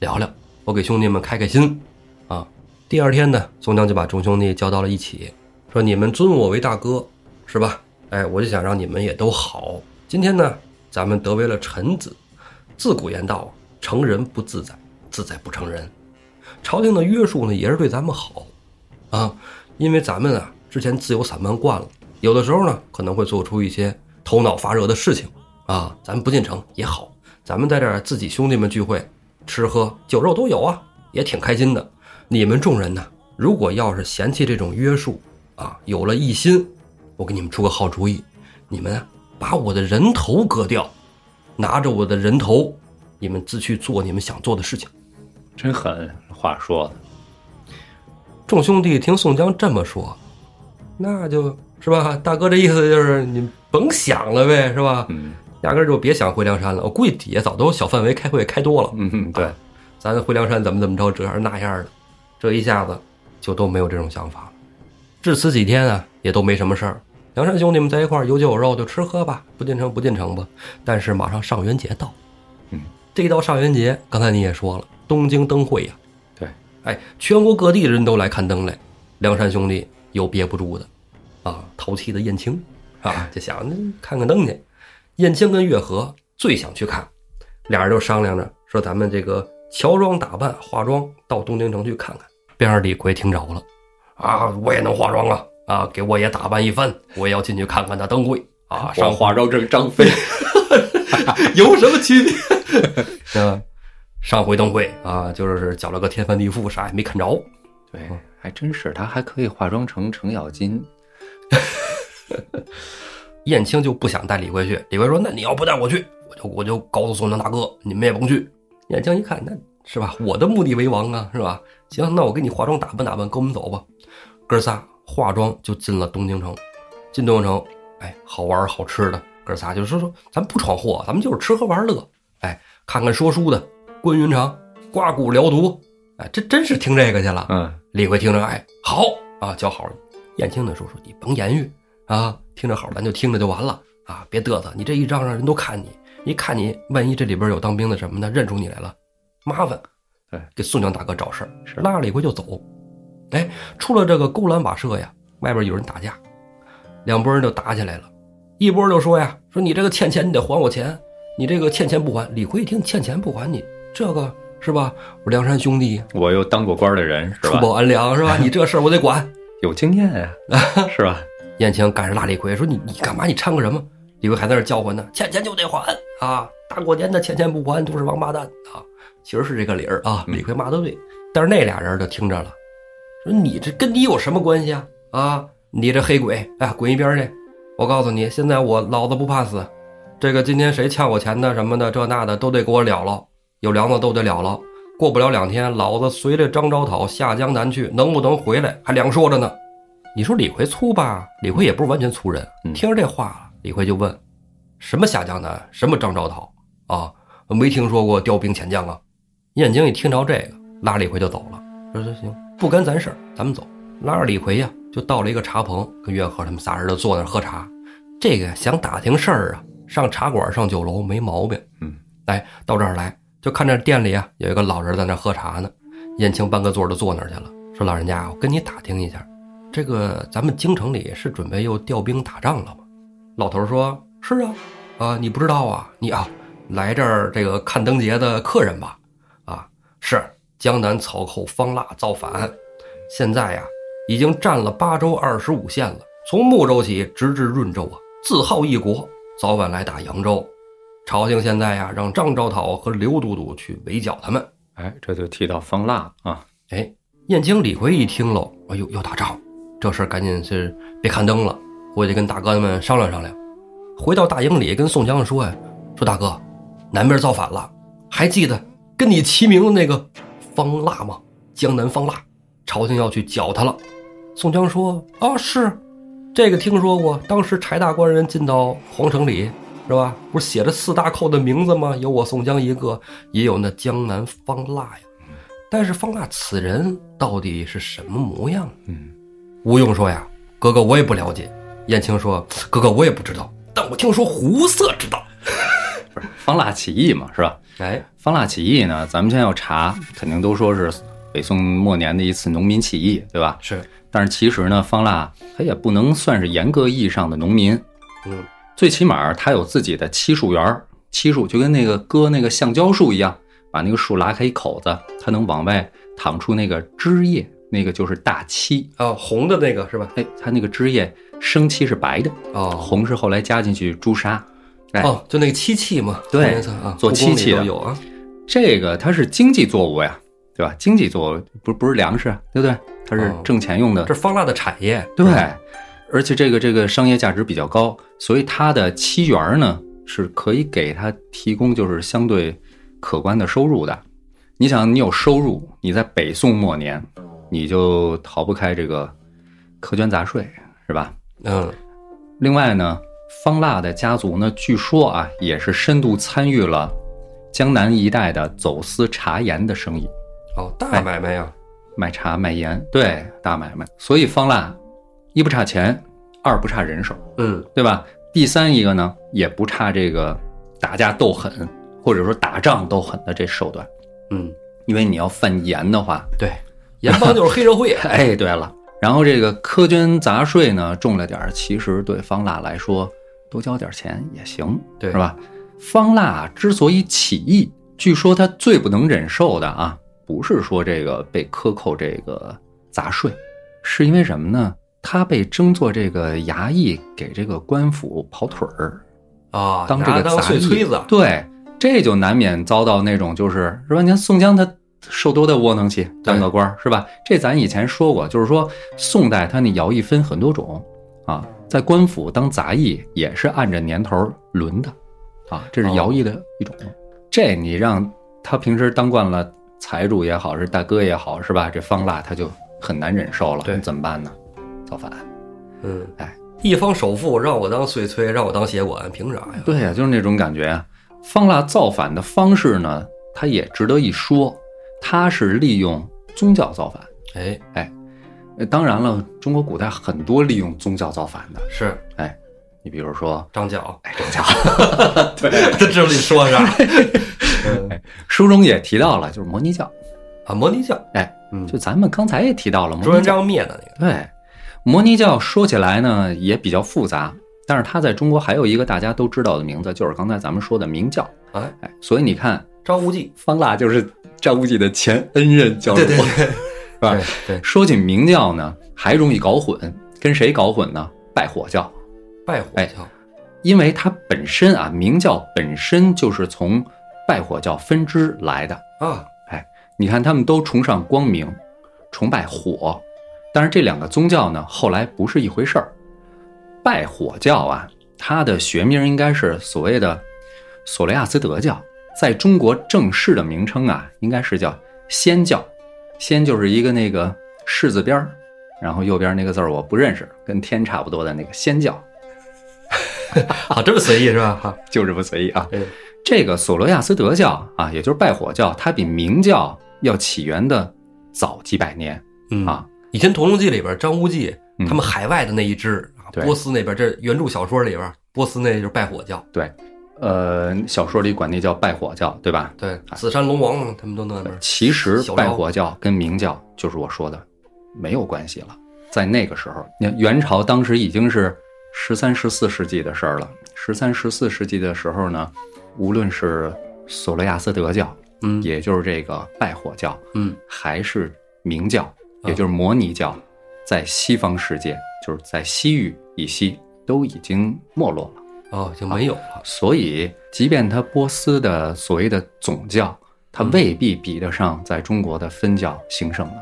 S1: 聊聊，我给兄弟们开开心啊。第二天呢，宋江就把众兄弟叫到了一起，说你们尊我为大哥，是吧？哎，我就想让你们也都好。今天呢，咱们得为了臣子，自古言道啊，成人不自在，自在不成人。朝廷的约束呢，也是对咱们好，啊，因为咱们啊之前自由散漫惯了，有的时候呢可能会做出一些头脑发热的事情啊，咱们不进城也好，咱们在这儿自己兄弟们聚会，吃喝酒肉都有啊，也挺开心的。你们众人呢，如果要是嫌弃这种约束啊，有了一心，我给你们出个好主意，你们啊把我的人头割掉，拿着我的人头，你们自去做你们想做的事情。
S2: 真狠，话说的，
S1: 众兄弟听宋江这么说，那就是吧，大哥这意思就是你甭想了呗，是吧？
S2: 嗯
S1: 压根儿就别想回梁山了。我估计底下早都小范围开会开多了，
S2: 嗯，对，
S1: 咱回梁山怎么怎么着，这样那样的，这一下子就都没有这种想法了。至此几天啊，也都没什么事儿。梁山兄弟们在一块儿有酒有肉，就吃喝吧，不进城不进城吧。但是马上上元节到，
S2: 嗯，
S1: 这一到上元节，刚才你也说了，东京灯会呀、
S2: 对，
S1: 哎，全国各地的人都来看灯来，梁山兄弟有憋不住的，啊，淘气的燕青啊，就想嗯看看灯去。燕青跟月和最想去看，俩人就商量着说，咱们这个乔装打扮、化妆到东京城去看看。边上李逵听着了，啊，我也能化妆啊，啊，给我也打扮一番，我也要进去看看那灯会啊。上
S2: 上化妆成张飞，
S1: 有什么区 [laughs] 别？嗯，上回灯会啊，就是搅了个天翻地覆，啥也没看着。
S2: 对，还真是，他还可以化妆成程咬金，
S1: 燕青就不想带李逵去，李逵说：“那你要不带我去，我就我就告诉宋江大哥，你们也甭去。”燕青一看，那是吧？我的目的为王啊，是吧？行，那我给你化妆打扮打扮，跟我们走吧。哥仨化妆就进了东京城，进东京城，哎，好玩好吃的，哥仨就说说，咱不闯祸，咱们就是吃喝玩乐，哎，看看说书的，观云长，刮骨疗毒，哎，这真是听这个去了。
S2: 嗯，
S1: 李逵听着，哎，好啊，叫好。燕青呢说说你甭言语啊，听着好，咱就听着就完了啊，别嘚瑟，你这一嚷嚷人都看你，一看你，万一这里边有当兵的什么的认出你来了，麻烦，哎
S2: 对
S1: 给宋江大哥找事儿，
S2: 是
S1: 拉着李逵就走。哎，出了这个勾栏瓦舍呀，外边有人打架，两拨人就打起来了。一波就说呀，说你这个欠钱，你得还我钱，你这个欠钱不还。李逵一听欠钱不还你，这个是吧？我梁山兄弟
S2: 我又当过官的人是
S1: 除
S2: 吧？
S1: 暴安良是吧？你这事儿我得管。
S2: 有经验呀、是吧？
S1: 燕青赶上拉李逵说：“你你干嘛？你掺和什么？”李逵还在那儿叫唤呢：“欠钱就得还啊！大过年的欠钱不还都是王八蛋啊！”其实是这个理儿啊。
S2: 嗯
S1: 李逵骂的对，但是那俩人就听着了，说：“你这跟你有什么关系啊？啊，你这黑鬼，哎，滚一边去！我告诉你，现在我老子不怕死，这个今天谁欠我钱的什么的这那的都得给我了了，有梁子都得了了。过不了两天，老子随着张昭讨下江南去，能不能回来还两说着呢。你说李逵粗吧？李逵也不是完全粗人，
S2: 嗯
S1: 听着这话了，李逵就问：什么下江南？什么张昭讨啊？没听说过调兵遣将啊？燕京一听着这个，拉李逵就走了，说行行，不干咱事儿，咱们走。拉着李逵呀，就到了一个茶棚，跟岳和他们仨人就坐那儿喝茶。这个想打听事儿啊，上茶馆上酒楼没毛病。
S2: 嗯，
S1: 来到这儿来，就看着店里啊有一个老人在那喝茶呢，燕青搬个座儿就坐那儿去了，说老人家，我跟你打听一下，这个咱们京城里是准备又调兵打仗了吗？老头儿说：“是啊，啊，你不知道啊，你啊，来这儿这个看灯节的客人吧，啊，是江南草寇方腊造反，现在呀、已经占了巴州二十五县了，从睦州起直至润州啊，自号一国，早晚来打扬州。朝廷现在呀、让张昭讨和刘都督去围剿他们。
S2: 哎，这就提到方腊啊，
S1: 哎，燕青、李逵一听喽，哎呦，要打仗，这事儿赶紧是别看灯了，回去跟大哥们商量商量。回到大营里，跟宋江说呀、说大哥，南边造反了，还记得跟你齐名的那个方腊吗？江南方腊，朝廷要去剿他了。宋江说：“啊，是，这个听说过。当时柴大官人进到皇城里，是吧？不是写着四大寇的名字吗？有我宋江一个，也有那江南方腊呀。但是方腊此人到底是什么模样？
S2: 嗯，
S1: 吴用说呀：“哥哥，我也不了解。”燕青说：“哥哥，我也不知道，但我听说胡色知道。
S2: 不是方腊起义嘛，是吧？”
S1: 哎，
S2: 方腊起义呢，咱们现在要查，肯定都说是北宋末年的一次农民起义，对吧？
S1: 是，
S2: 但是其实呢，方腊他也不能算是严格意义上的农民，
S1: 嗯，
S2: 最起码他有自己的漆树园儿，漆树就跟那个割那个橡胶树一样，把那个树拉开一口子，它能往外淌出那个汁液，那个就是大漆。
S1: 啊，红的那个是吧？
S2: 哎，它那个汁液生漆是白的，
S1: 哦，
S2: 红是后来加进去朱砂。哎，
S1: 哦，就那个漆器嘛，
S2: 对
S1: 红颜色啊，
S2: 做
S1: 故宫里
S2: 漆器的
S1: 都有啊。
S2: 这个它是经济作物呀，对吧？经济作物不不是粮食，啊对不对？它是
S1: 哦
S2: 挣钱用的。
S1: 这是方腊的产业，
S2: 对，而且这个这个商业价值比较高，所以它的期园儿呢是可以给它提供就是相对可观的收入的。你想，你有收入，你在北宋末年，你就逃不开这个苛捐杂税，是吧？
S1: 嗯，
S2: 另外呢，方腊的家族呢，据说啊，也是深度参与了江南一带的走私茶盐的生意，
S1: 哦，大买卖
S2: 哎
S1: 呀，
S2: 卖茶卖盐，对，大买卖。所以方腊一不差钱，二不差人手，
S1: 嗯，
S2: 对吧？第三一个呢，也不差这个打架斗狠，或者说打仗斗狠的这手段，
S1: 嗯，
S2: 因为你要犯盐的话，，
S1: 对，盐帮就是黑社会
S2: [laughs] 哎，对了，然后这个苛捐杂税呢，重了点儿，其实对方腊来说，多交点儿钱也行，
S1: 对
S2: 是吧？方腊之所以起义，据说他最不能忍受的啊，不是说这个被克扣这个杂税，是因为什么呢？他被征做这个衙役，给这个官府跑腿儿，
S1: 啊，
S2: 当这
S1: 拿
S2: 个
S1: 当
S2: 杂
S1: 碎
S2: 役
S1: 催子，
S2: 对，这就难免遭到那种就是是吧？你看宋江他受多大窝囊气，当个官儿是吧？这咱以前说过，就是说宋代他那徭役分很多种啊，在官府当杂役也是按着年头儿轮的啊，这是
S1: 哦
S2: 徭役的一种。这你让他平时当惯了财主也好，是大哥也好，是吧？这方腊他就很难忍受了，
S1: 对
S2: 怎么办呢？造反。
S1: 嗯，
S2: 哎，
S1: 一方首富让我当碎催，让我当协管，凭啥呀？
S2: 对呀、就是那种感觉。方腊造反的方式呢，它也值得一说，它是利用宗教造反。
S1: 哎，
S2: 呃当然了，中国古代很多利用宗教造反的，
S1: 是
S2: 哎，你比如说，
S1: 张角，
S2: 哎，张角，
S1: [laughs] 这知道你说
S2: [laughs]
S1: 啥？嗯
S2: 书中也提到了，就是摩尼教，
S1: 啊，摩尼教，
S2: 哎，
S1: 嗯，
S2: 就咱们刚才也提到了
S1: 朱
S2: 摩
S1: 元
S2: 尼教。
S1: 璋灭的那个，
S2: 对，摩尼教说起来呢也比较复杂，但是它在中国还有一个大家都知道的名字，就是刚才咱们说的明教。
S1: 哎，
S2: 哎，所以你看，
S1: 张无忌，
S2: 方腊就是张无忌的前恩人教主，
S1: 对对对，
S2: 是吧？
S1: 对，
S2: 说起明教呢，还容易搞混，跟谁搞混呢？拜火教，
S1: 拜
S2: 哎
S1: 火教，
S2: 因为它本身啊，明教本身就是从拜火教分支来的。
S1: 啊，
S2: 你看，他们都崇尚光明，崇拜火，但是这两个宗教呢，后来不是一回事儿。拜火教啊，它的学名应该是所谓的索雷亚斯德教，在中国正式的名称啊，应该是叫仙教。仙就是一个那个士字边儿，然后右边那个字儿我不认识，跟天差不多的那个仙教，
S1: 啊，这么随意是吧？哈，
S2: 就这么随意啊。
S1: 嗯
S2: 这个索罗亚斯德教啊，也就是拜火教，它比明教要起源的早几百年。
S1: 嗯
S2: 啊，
S1: 以前《屠龙记》里边张无忌
S2: 嗯
S1: 他们海外的那一支，啊
S2: 对
S1: 波斯那边，这原著小说里边，波斯那就是拜火教，
S2: 对，呃，小说里管那叫拜火教，对吧？
S1: 对，紫山龙王他们都那边儿。
S2: 哎其实
S1: 小昭
S2: 拜火教跟明教就是我说的没有关系了。在那个时候，你看元朝当时已经是十三、十四世纪的事儿了。十三、十四世纪的时候呢，无论是索罗亚斯德教，
S1: 嗯
S2: 也就是这个拜火教，
S1: 嗯
S2: 还是明教，
S1: 啊
S2: 也就是摩尼教，在西方世界，就是在西域以西，都已经没落了。
S1: 哦，就没有了。
S2: 所以，即便他波斯的所谓的总教，它未必比得上在中国的分教兴盛了。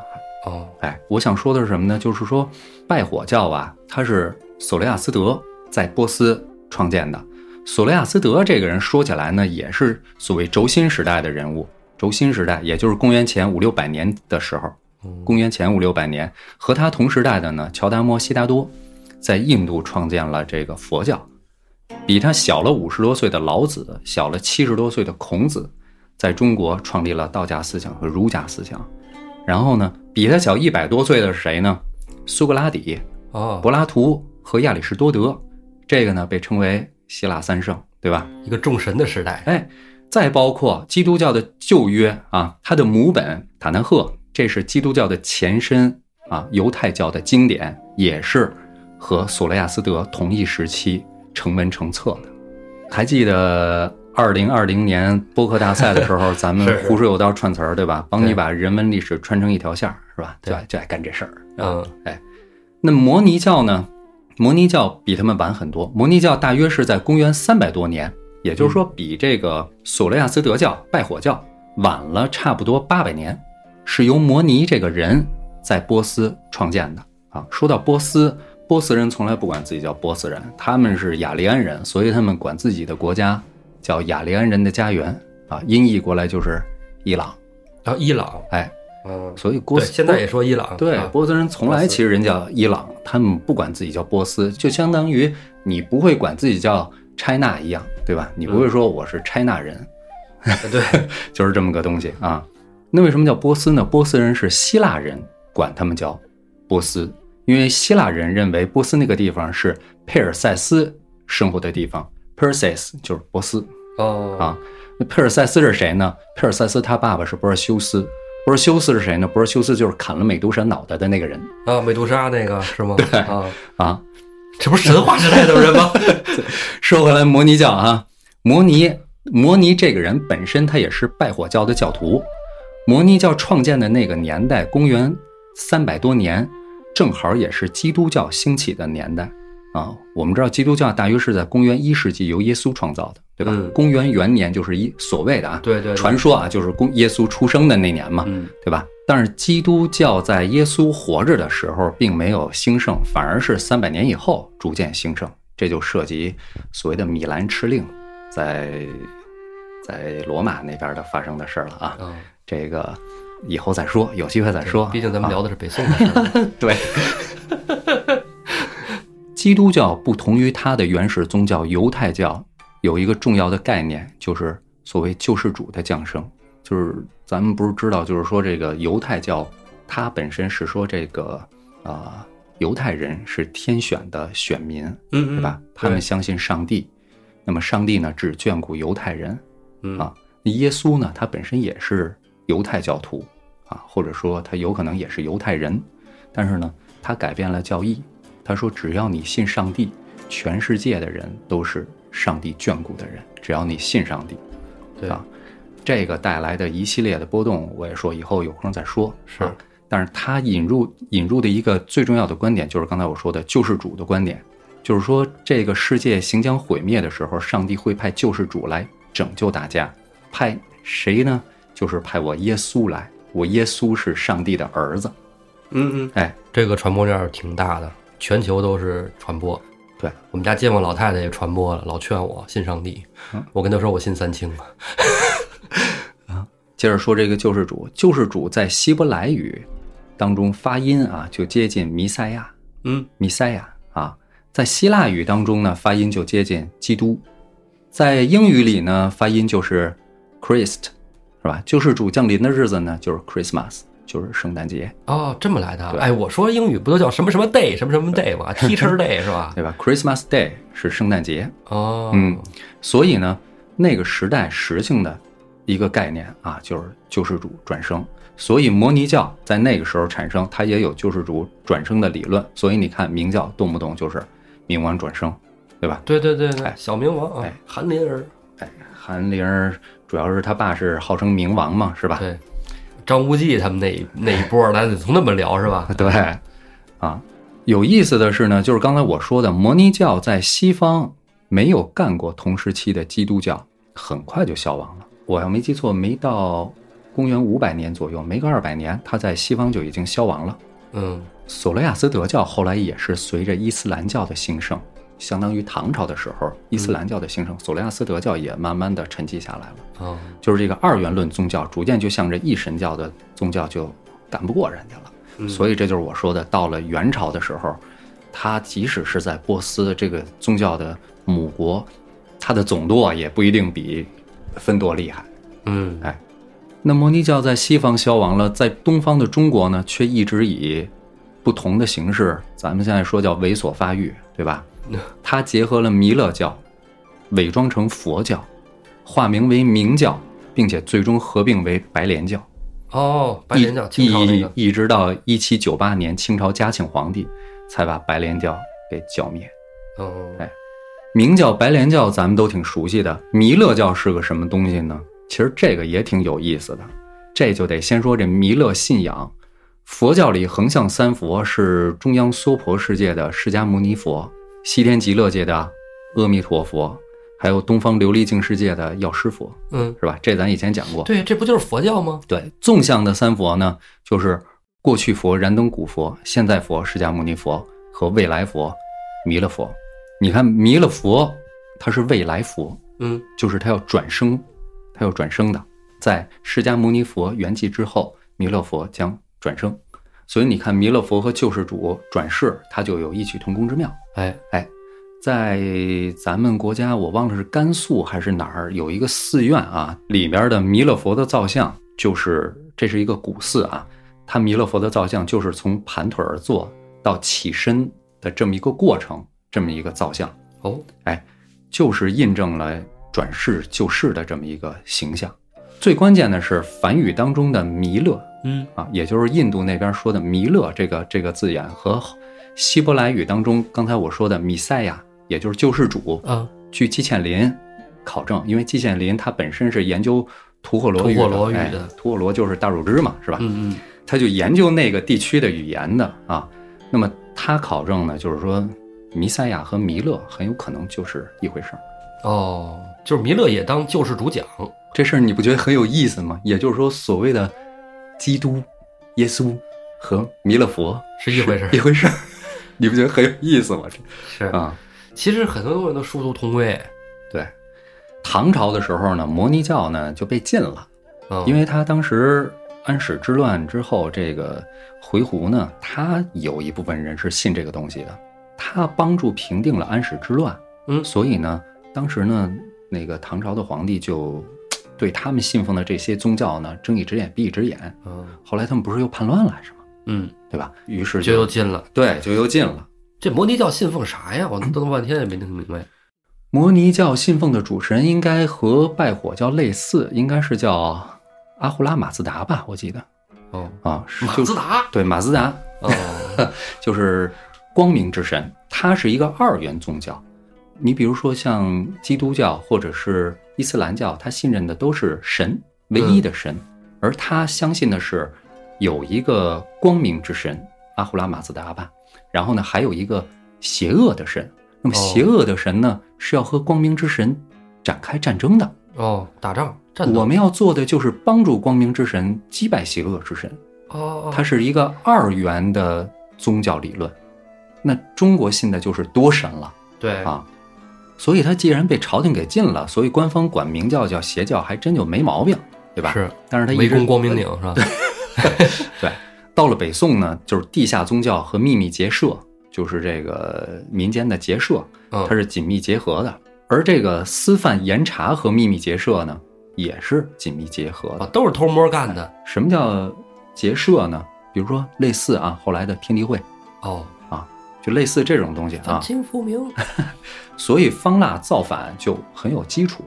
S1: 哦，
S2: 哎，我想说的是什么呢？就是说，拜火教啊，它是索罗亚斯德在波斯创建的。索罗亚斯德这个人说起来呢，也是所谓轴心时代的人物。轴心时代，也就是公元前五六百年的时候，
S1: 嗯
S2: 公元前五六百年，和他同时代的呢，乔达摩悉达多，在印度创建了这个佛教。比他小了五十多岁的老子，小了七十多岁的孔子，在中国创立了道家思想和儒家思想。然后呢，比他小一百多岁的是谁呢？苏格拉底、
S1: 哦，
S2: 柏拉图和亚里士多德，这个呢被称为希腊三圣，对吧？
S1: 一个众神的时代。
S2: 哎，再包括基督教的旧约啊，它的母本塔南赫，这是基督教的前身啊，犹太教的经典，也是和索罗亚斯德同一时期成文成册的。还记得二零二零年播客大赛的时候，咱们
S1: [laughs] 是是
S2: 胡说有道串词儿，对吧？帮
S1: 对
S2: 你把人文历史穿成一条线儿，是吧？
S1: 对
S2: 就爱就爱干这事儿。
S1: 嗯，
S2: 哎，那摩尼教呢？摩尼教比他们晚很多，摩尼教大约是在公元三百多年，也就是
S1: 嗯
S2: 说比这个索罗亚斯德教、拜火教晚了差不多八百年，是由摩尼这个人在波斯创建的啊。说到波斯，波斯人从来不管自己叫波斯人，他们是雅利安人，所以他们管自己的国家叫雅利安人的家园啊，音译过来就是伊朗。
S1: 然后伊朗，
S2: 哎，
S1: 嗯，
S2: 所以波
S1: 对，
S2: 斯
S1: 现在也说伊朗。
S2: 对，
S1: 啊
S2: 波斯人从
S1: 波
S2: 来
S1: 斯
S2: 其实人叫伊朗，他们不管自己叫波斯，就相当于你不会管自己叫 China 一样，对吧？你不会说我是 China 人，
S1: 嗯对，
S2: [laughs] 就是这么个东西啊。那为什么叫波斯呢？波斯人是希腊人，管他们叫波斯，因为希腊人认为波斯那个地方是佩尔塞斯生活的地方，Perseus 就是波斯。
S1: 哦，
S2: 啊，那佩尔塞斯是谁呢？佩尔塞斯他爸爸是波尔修斯，波尔修斯是谁呢？波尔修斯就是砍了美杜莎脑袋的那个人
S1: 啊，美杜莎那个是吗？对啊，
S2: 啊。
S1: [laughs] 这不是神话时代的人吗？
S2: 说回来，摩尼教啊，摩尼摩尼这个人本身他也是拜火教的教徒。摩尼教创建的那个年代，公元三百多年，正好也是基督教兴起的年代啊。我们知道基督教大约是在公元一世纪由耶稣创造的，对吧？
S1: 嗯
S2: 公元元年就是一所谓的
S1: [laughs]
S2: 啊，
S1: 对对对
S2: 传说啊，就是公耶稣出生的那年嘛，
S1: 嗯
S2: 对吧？但是基督教在耶稣活着的时候并没有兴盛，反而是三百年以后逐渐兴盛，这就涉及所谓的米兰敕令在在罗马那边的发生的事儿了啊。
S1: 啊，
S2: 这个以后再说，有机会再说。
S1: 毕竟咱们
S2: 啊
S1: 聊的是北宋的事儿。
S2: 对， [laughs] 基督教不同于它的原始宗教犹太教，有一个重要的概念，就是所谓救世主的降生。就是咱们不是知道，就是说这个犹太教，它本身是说这个啊、呃犹太人是天选的选民，
S1: 嗯
S2: 对吧？他们相信上帝，那么上帝呢只眷顾犹太人，
S1: 嗯
S2: 啊，那耶稣呢，他本身也是犹太教徒啊，或者说他有可能也是犹太人，但是呢，他改变了教义，他说只要你信上帝，全世界的人都是上帝眷顾的人，只要你信上帝，
S1: 对
S2: 啊这个带来的一系列的波动，我也说以后有空再说。
S1: 是
S2: 啊但是他引入引入的一个最重要的观点，就是刚才我说的救世主的观点，就是说这个世界行将毁灭的时候，上帝会派救世主来拯救大家，派谁呢？就是派我耶稣来，我耶稣是上帝的儿子。
S1: 嗯嗯，
S2: 哎，
S1: 这个传播链儿挺大的，全球都是传播。
S2: 对
S1: 我们家街坊老太太也传播了，老劝我信上帝，我跟她说我信三清嘛。啊
S2: 接着说这个救世主，救世主在希伯来语当中发音啊，就接近弥赛亚。
S1: 嗯
S2: 弥赛亚啊，在希腊语当中呢，发音就接近基督；在英语里呢，发音就是 Christ，是吧？救世主降临的日子呢，就是 Christmas，就是圣诞节，
S1: 哦，这么来的啊。哎，我说英语不都叫什么什么 day 什么什么 day 吗？Teacher day 是吧？
S2: 对吧？Christmas Day 是圣诞节，
S1: 哦，
S2: 嗯嗯，所以呢，那个时代时兴的一个概念啊，就是救世主转生。所以摩尼教在那个时候产生，它也有救世主转生的理论。所以你看明教动不动就是冥王转生，对吧？
S1: 对对对对
S2: 哎，
S1: 小明王啊
S2: 哎，
S1: 韩林儿，
S2: 哎，韩灵儿主要是他爸是号称冥王嘛，是吧？
S1: 对，张无忌他们那一那一波儿，咱得从那么聊是吧？
S2: 对，啊，有意思的是呢，就是刚才我说的，摩尼教在西方没有干过同时期的基督教，很快就消亡了。我要没记错，没到公元五百年左右，没个二百年，它在西方就已经消亡了。
S1: 嗯，
S2: 索罗亚斯德教后来也是随着伊斯兰教的兴盛，相当于唐朝的时候，伊斯兰教的兴盛，索罗亚斯德教也慢慢的沉寂下来了。
S1: 啊，
S2: 就是这个二元论宗教逐渐就向着一神教的宗教就干不过人家了。
S1: 嗯
S2: 所以这就是我说的，到了元朝的时候，他即使是在波斯这个宗教的母国，他的总舵也不一定比分舵厉害。
S1: 嗯
S2: 那摩尼教在西方消亡了，在东方的中国呢，却一直以不同的形式，咱们现在说叫猥琐发育，
S1: [laughs]
S2: 对吧
S1: 嗯？
S2: 它结合了弥勒教，伪装成佛教，化名为明教，并且最终合并为白莲教。
S1: 哦，白莲教
S2: 一
S1: 清朝那个，
S2: 一一直到一七九八年清朝嘉庆皇帝才把白莲教给剿灭。
S1: 嗯，
S2: 哎明教、白莲教咱们都挺熟悉的，弥勒教是个什么东西呢？其实这个也挺有意思的，这就得先说这弥勒信仰。佛教里横向三佛是中央娑婆世界的释迦牟尼佛，西天极乐界的阿弥陀佛，还有东方琉璃净世界的药师佛，
S1: 嗯，
S2: 是吧？这咱以前讲过。
S1: 对，这不就是佛教吗？
S2: 对，纵向的三佛呢，就是过去佛燃灯古佛、现在佛释迦牟尼佛和未来佛弥勒佛。你看弥勒佛，他是未来佛，
S1: 嗯，
S2: 就是他要转生，他要转生的。在释迦牟尼佛圆寂之后，弥勒佛将转生，所以你看弥勒佛和救世主转世，他就有异曲同工之妙。
S1: 哎，
S2: 在咱们国家，我忘了是甘肃还是哪儿，有一个寺院啊，里面的弥勒佛的造像，就是这是一个古寺啊，它弥勒佛的造像就是从盘腿而坐到起身的这么一个过程，这么一个造像，
S1: 哦，
S2: 哎，就是印证了转世救世的这么一个形象。最关键的是梵语当中的弥勒
S1: 嗯，
S2: 啊，也就是印度那边说的弥勒这个这个字眼和希伯来语当中刚才我说的弥赛亚，也就是救世主，
S1: 啊，
S2: 据季羡林考证，因为季羡林他本身是研究吐火罗语的，
S1: 吐火罗语的
S2: 哎吐火罗就是大乳汁嘛，是吧？
S1: 嗯嗯，
S2: 他就研究那个地区的语言的啊。那么他考证呢，就是说弥赛亚和弥勒很有可能就是一回事儿。
S1: 哦，就是弥勒也当救世主讲，
S2: 这事儿你不觉得很有意思吗？也就是说，所谓的基督、耶稣和弥勒佛
S1: 是一回事儿
S2: 一回事儿，你不觉得很有意思吗？这
S1: 是
S2: 啊，
S1: 其实很多人都殊途同归，
S2: 对。唐朝的时候呢，摩尼教呢就被禁了，
S1: 嗯，
S2: 因为他当时安史之乱之后，这个回鹘呢，他有一部分人是信这个东西的，他帮助平定了安史之乱，
S1: 嗯
S2: 所以呢，当时呢，那个唐朝的皇帝就对他们信奉的这些宗教呢，睁一只眼闭一只眼。
S1: 嗯
S2: 后来他们不是又叛乱来着吗？
S1: 嗯，
S2: 对吧？于是
S1: 就又进了。
S2: 对就又进了。
S1: 这摩尼教信奉啥呀？我弄半天也没弄明白。
S2: 摩尼教信奉的主神应该和拜火教类似，应该是叫阿胡拉马自达吧，我记得
S1: 哦，
S2: 啊，是
S1: 马
S2: 就
S1: [laughs] 自达，
S2: 对马自达，
S1: 哦，
S2: 就是光明之神，它是一个二元宗教。你比如说像基督教或者是伊斯兰教，他信任的都是神，唯一
S1: 嗯
S2: 的神，而他相信的是有一个光明之神阿胡拉马自达吧，然后呢还有一个邪恶的神。那么
S1: 哦
S2: 邪恶的神呢、是要和光明之神展开战争的。
S1: 哦，打仗战
S2: 我
S1: 斗，
S2: 们要做的就是帮助光明之神击败邪恶之神。
S1: 哦，
S2: 它是一个二元的宗教理论。那中国信的就是多神了
S1: 对，
S2: 啊，所以它既然被朝廷给禁了，所以官方管明教叫邪教，还真就没毛病，对吧？。
S1: 是
S2: 但是它一
S1: 围
S2: 直
S1: 攻光明顶是吧？
S2: 对，到了北宋呢，就是地下宗教和秘密结社，就是这个民间的结社，它
S1: 嗯，
S2: 是紧密结合的。而这个私贩严查和秘密结社呢，也是紧密结合的
S1: 啊，。都是偷摸干的。
S2: 什么叫结社呢？比如说类似啊，后来的天地会，
S1: 哦，
S2: 就类似这种东西
S1: 反
S2: 啊。
S1: 清复明，
S2: 所以方腊造反就很有基础，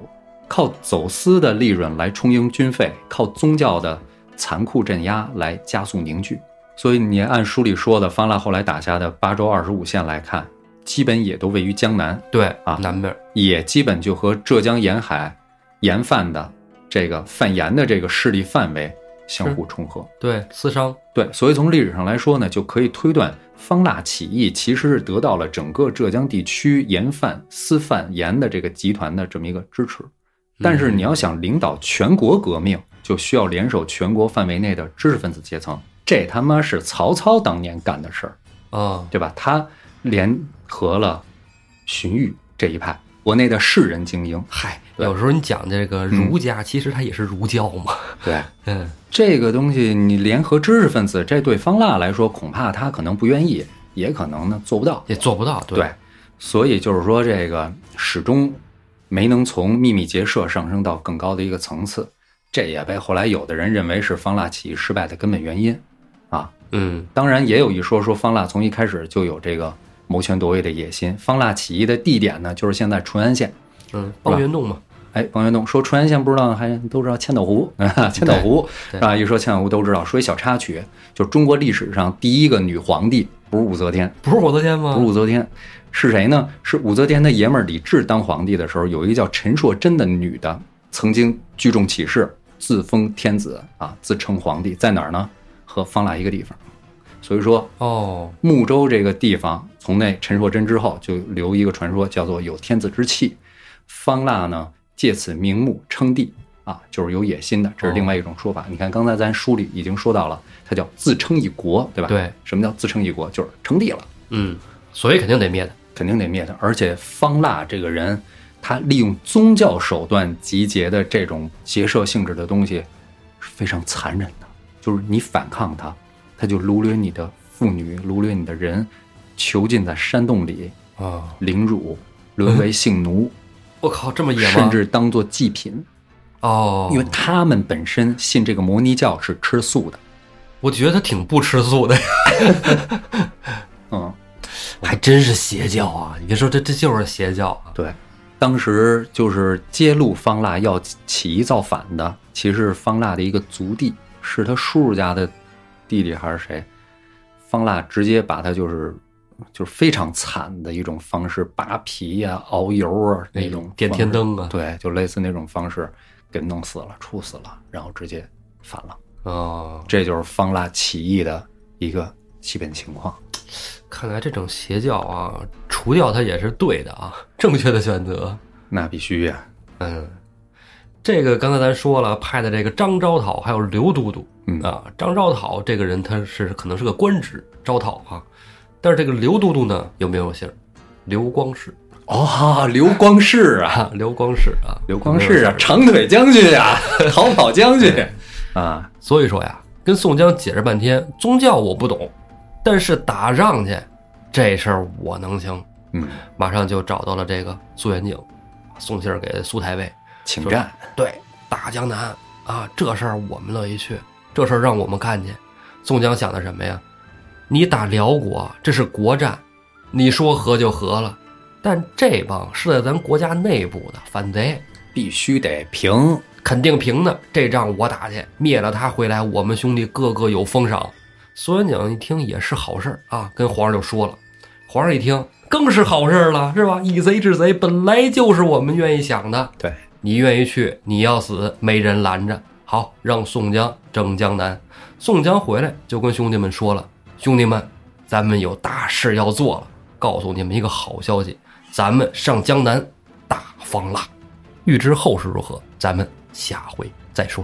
S2: 靠走私的利润来充盈军费，靠宗教的残酷镇压来加速凝聚。所以你按书里说的，方腊后来打下的巴州二十五县来看，基本也都位于江南，
S1: 对
S2: 啊
S1: 南面儿
S2: 也基本就和浙江沿海盐贩的这个贩盐的这个势力范围相互重合。
S1: 对私商，
S2: 对，所以从历史上来说呢，就可以推断方腊起义其实是得到了整个浙江地区盐贩、私贩盐的这个集团的这么一个支持。但是你要想领导全国革命，就需要联手全国范围内的知识分子阶层。这他妈是曹操当年干的事儿，
S1: 啊，
S2: 对吧？他联合了荀彧这一派，国内的士人精英。
S1: 嗨，
S2: 对嗯
S1: 有时候你讲这个儒家，其实它也是儒教嘛，
S2: 对，
S1: 嗯，
S2: [laughs] 这个东西你联合知识分子，这对方腊来说，恐怕他可能不愿意，也可能呢做不到。
S1: 也做不到，
S2: 对，所以就是说，这个始终没能从秘密结社上升到更高的一个层次，这也被后来有的人认为是方腊起义失败的根本原因啊。
S1: 嗯，
S2: 当然，也有一说说方腊从一开始就有这个谋权夺位的野心。方腊起义的地点呢，就是现在淳安县。
S1: 嗯，抱怨洞嘛，
S2: 哎，王元栋说淳安县不知道，还都知道千岛湖， [laughs] 千岛湖
S1: 对
S2: 啊，一说千岛湖都知道。说一小插曲，就中国历史上第一个女皇帝不是武则天，
S1: 不是武则天吗？
S2: 不是武则天，是谁呢？是武则天的爷们儿李治当皇帝的时候，有一个叫陈硕真的女的，曾经聚众起事，自封天子啊，自称皇帝，在哪儿呢？和方腊一个地方。所以说，
S1: 哦，
S2: 睦州这个地方，从那陈硕真之后，就留一个传说，叫做有天子之气。方腊呢，借此名目称帝啊，就是有野心的，这是另外一种说法。你看，刚才咱书里已经说到了，他叫自称一国，对吧？
S1: 对，
S2: 什么叫自称一国？就是称帝了，
S1: 嗯，所以肯定得灭的，
S2: 肯定得灭他。而且方腊这个人，他利用宗教手段集结的这种结社性质的东西，是非常残忍的。就是你反抗他，他就掳掠你的妇女，掳掠你的人，囚禁在山洞里，
S1: 啊，
S2: 凌辱，沦为性奴，
S1: 我靠，这么野吗？
S2: 甚至当做祭品，
S1: 嗯哦，
S2: 因为他们本身信这个摩尼教是吃素的。
S1: 我觉得他挺不吃素
S2: [laughs]
S1: 的，
S2: 嗯，
S1: 还真是邪教啊！你别说，这这就是邪教啊！
S2: 对，当时就是揭露方腊要起义造反的，其实是方腊的一个族弟，是他叔叔家的弟弟还是谁？方腊直接把他就是就是非常惨的一种方式，扒皮呀、熬油啊那种
S1: 点
S2: 方
S1: 天
S2: 式
S1: 灯啊
S2: 对，就类似那种方式给弄死了、处死了，然后直接反了。
S1: 哦，
S2: 这就是方腊起义的一个基本情况。
S1: 看来这种邪教啊，除掉它也是对的啊， [laughs] 正确的选择。
S2: 那必须呀、
S1: 嗯，这个刚才咱说了，派的这个张昭讨还有刘都督，
S2: 嗯
S1: 啊，张昭讨这个人他是可能是个官职，招讨啊，但是这个刘都督呢有没有姓儿？刘光世
S2: 哦，刘光世啊，
S1: 啊，刘光世啊，
S2: 刘光
S1: 有没
S2: 世
S1: 有姓
S2: 啊
S1: 儿，
S2: 长腿将军 [laughs] 啊，逃跑将军啊，
S1: 所以说呀，跟宋江解释半天，宗教我不懂，但是打仗去这事儿我能行。
S2: 嗯，
S1: 马上就找到了这个苏元景，送信儿给苏太尉，
S2: 请战，
S1: 对，打江南啊，这事儿我们乐意去，这事儿让我们干去。宋江想的什么呀？你打辽国，这是国战，你说和就和了，但这帮是在咱国家内部的反贼，
S2: 必须得平。
S1: 肯定平的。这仗我打去，灭了他回来，我们兄弟个个有封赏。苏元景一听也是好事儿啊，跟皇上就说了。皇上一听更是好事儿了，是吧？以贼制贼，本来就是我们愿意想的。
S2: 对，
S1: 你愿意去，你要死，没人拦着。好，让宋江征江南。宋江回来就跟兄弟们说了：“兄弟们，咱们有大事要做了，告诉你们一个好消息，咱们上江南打方腊。”欲知后事如何，咱们下回再说。